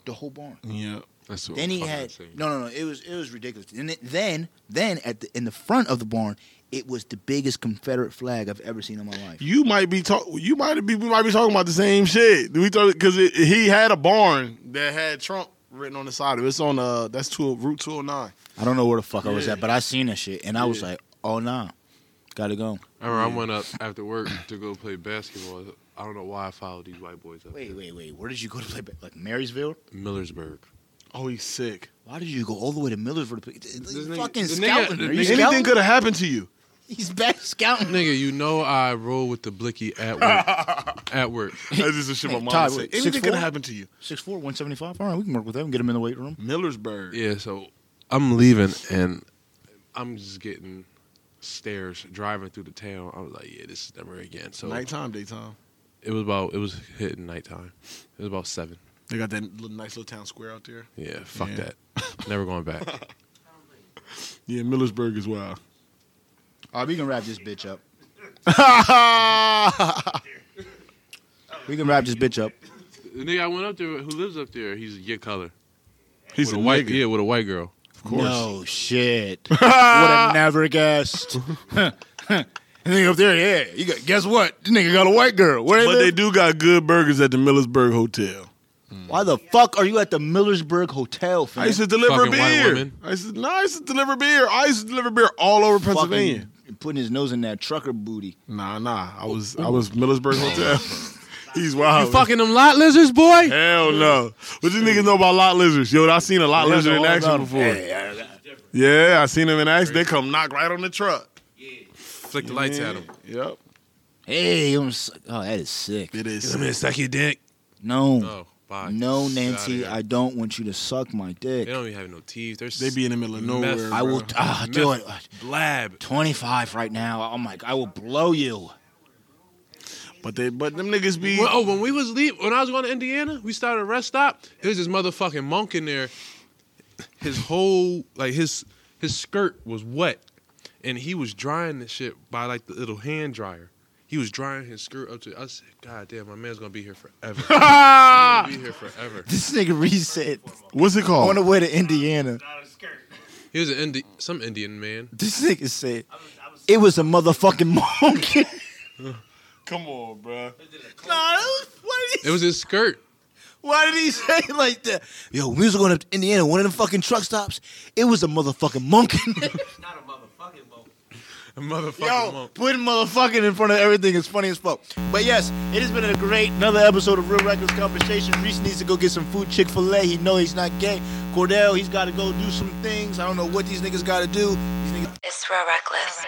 B: The whole barn.
F: Yeah.
D: That's what
B: Then he
D: fucking
B: had
D: insane.
B: no, no, no. It was it was ridiculous. And it, then then at the in the front of the barn, it was the biggest Confederate flag I've ever seen in my life.
F: You might be talk. You might be. We might be talking about the same shit. We talk because he had a barn that had Trump written on the side of it. It's on uh that's two route two hundred nine.
B: I don't know where the fuck I was
F: Yeah.
B: at, but I seen that shit, and I was like, oh nah, gotta go.
D: I remember I went up after work to go play basketball. I don't know why I followed these white boys up.
B: Wait, wait, wait. Where did you go to play? ba- Like Marysville?
D: Millersburg.
F: Oh, he's sick.
B: Why did you go all the way to Millersville? To play? He's
D: nigga-
B: fucking
D: the nigga-
B: scouting.
D: the
B: Are you
D: nigga-
F: Anything
B: scouting?
F: could have happened to you.
B: He's back scouting.
D: Nigga, you know I roll with the blicky at work. at work.
F: That's just the shit my mom
B: Todd,
F: would say.
B: what,
F: Anything could
B: 6'4"?
F: have happened to you.
B: Six four, one seventy five. All right, we can work with that and get him in the weight room.
F: Millersburg.
D: Yeah, so I'm leaving and I'm just getting stares driving through the town. I was like, yeah, this is never again. So
F: Nighttime, daytime.
D: it It was about it was hitting nighttime. It was about seven.
F: They got that little nice little town square out there.
D: Yeah, fuck
F: Yeah.
D: that. Never going back.
F: Yeah, Millersburg is wild.
B: All right, we can wrap this bitch up. we can wrap this bitch up.
D: The nigga I went up there who lives up there, he's your color.
F: He's
D: With
F: a
D: a white
F: nigga.
D: yeah, with a white girl.
F: Of course.
B: No shit. Would have never guessed. And then up there, yeah. You got, guess what? This nigga got a white girl. Where
F: But
B: they
F: they
B: live?
F: do got good burgers at the Millersburg Hotel.
B: Why the fuck are you at the Millersburg Hotel, fam?
F: I used to deliver
D: Fucking white
F: beer.
D: women.
F: I used to, no, I used to deliver beer. I used to deliver beer all over
B: Fucking
F: Pennsylvania.
B: putting his nose in that trucker booty.
F: Nah, nah. I was I was Millersburg Hotel. He's wild.
D: them lot lizards, boy.
F: Hell no. What you niggas know about lot lizards? Yo, I seen a lot lizard in action before. Yeah, I seen them in action. They come knock right on the truck.
D: Flick the lights at him.
F: Yep.
B: Hey, I'm s oh, that is sick.
F: It is.
D: suck your dick.
B: No.
D: Oh, bye.
B: No,
D: Get outta
B: Nancy,
D: here.
B: I don't want you to suck my
D: They
B: dick.
D: don't even have no teeth. They're
F: They be in the middle of
D: Meth.
F: nowhere.
B: I will
F: bro.
B: ah,
D: Meth.
B: do it.
D: blab.
B: 25 right now. Oh my god, I will blow you.
F: but they but them niggas be
D: Well, oh, when we was leave, when I was going to Indiana, we started a rest stop. There was this motherfucking monk in there. His whole like his his skirt was wet, and he was drying the shit by like the little hand dryer. He was drying his skirt up to. I said, God damn, my man's gonna be here forever. He's gonna be here forever.
B: This nigga reset
F: Ah! What's it
B: on the
F: called?
B: way to Indiana.
A: Not a skirt.
D: He was an Indi- some Indian man.
B: This nigga said
A: I was, I was,
B: it was a motherfucking monkey.
F: Come on, bro.
B: nah, what did
D: It was his skirt.
B: Why did he say it like that? Yo, when we was going up to Indiana, one of the fucking truck stops, it was a motherfucking monkey.
A: not a motherfucking boat.
D: A motherfucking
B: Yo,
D: monk.
B: putting motherfucking in front of everything is funny as fuck. But yes, it has been a great another episode of Real Records Conversation. Reese needs to go get some food, Chick Fil A. He know he's not gay. Cordell, he's got to go do some things. I don't know what these niggas got to do. These niggas
H: It's real reckless.